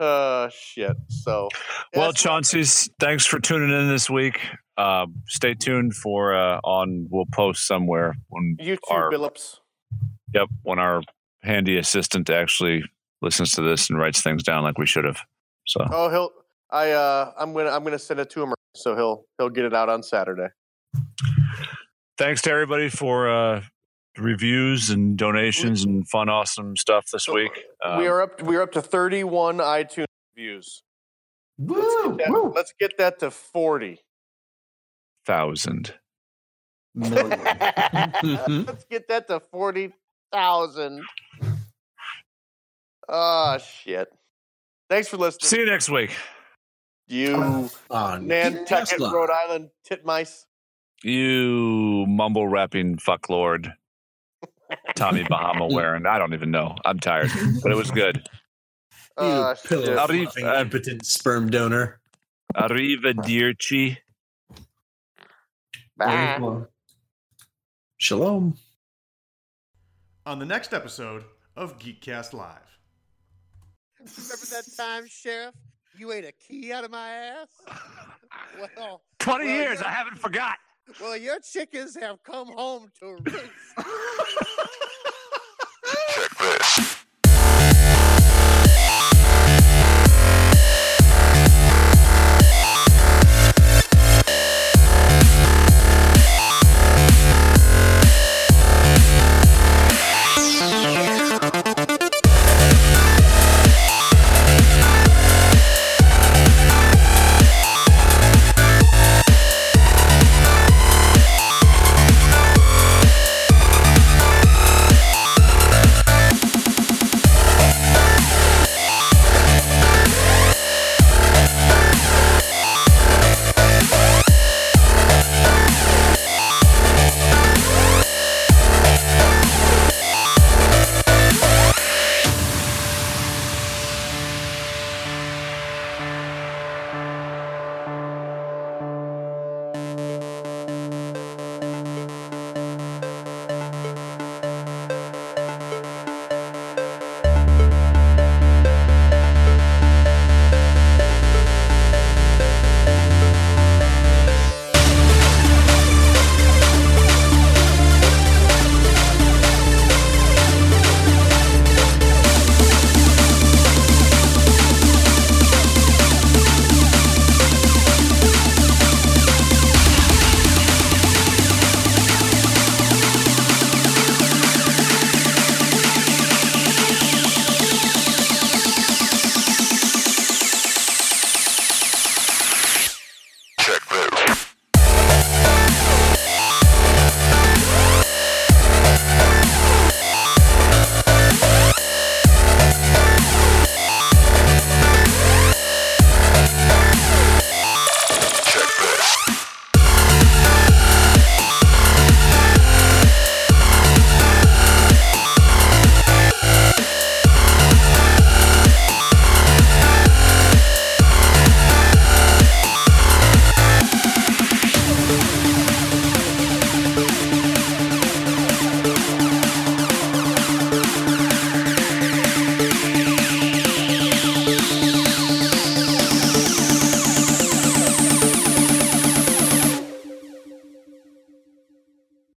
uh, shit. So,
Well,
that's-
Chauncey's, thanks for tuning in this week. Uh, stay tuned for uh, on. We'll post somewhere when
you too,
our
Billups.
yep when our handy assistant actually listens to this and writes things down like we should have. So
Oh, he'll. I uh, I'm gonna I'm gonna send it to him, so he'll he'll get it out on Saturday.
thanks to everybody for uh, reviews and donations and fun, awesome stuff this week. Um,
we are up. We are up to 31 iTunes reviews.
Woo!
Yeah,
woo.
let's get that to 40.
thousand.
Let's get that to forty thousand. Ah, shit. Thanks for listening.
See you next week.
you
On
Nantucket,
Uh, Tesla.
Rhode Island titmice.
You mumble rapping fucklord. Tommy Bahama wearing. I don't even know. I'm tired, but it was good.
You
Ah,
pillow
shit.
I'll be-
fluffing,
uh,
impotent sperm donor.
Arrivederci.
Bye.
Shalom.
On the next episode of Geekcast Live.
Remember that time, Sheriff? You ate a key out of my ass? Well,
20
Well,
years.
yeah.
I haven't forgot.
well, your chickens have come home to roost.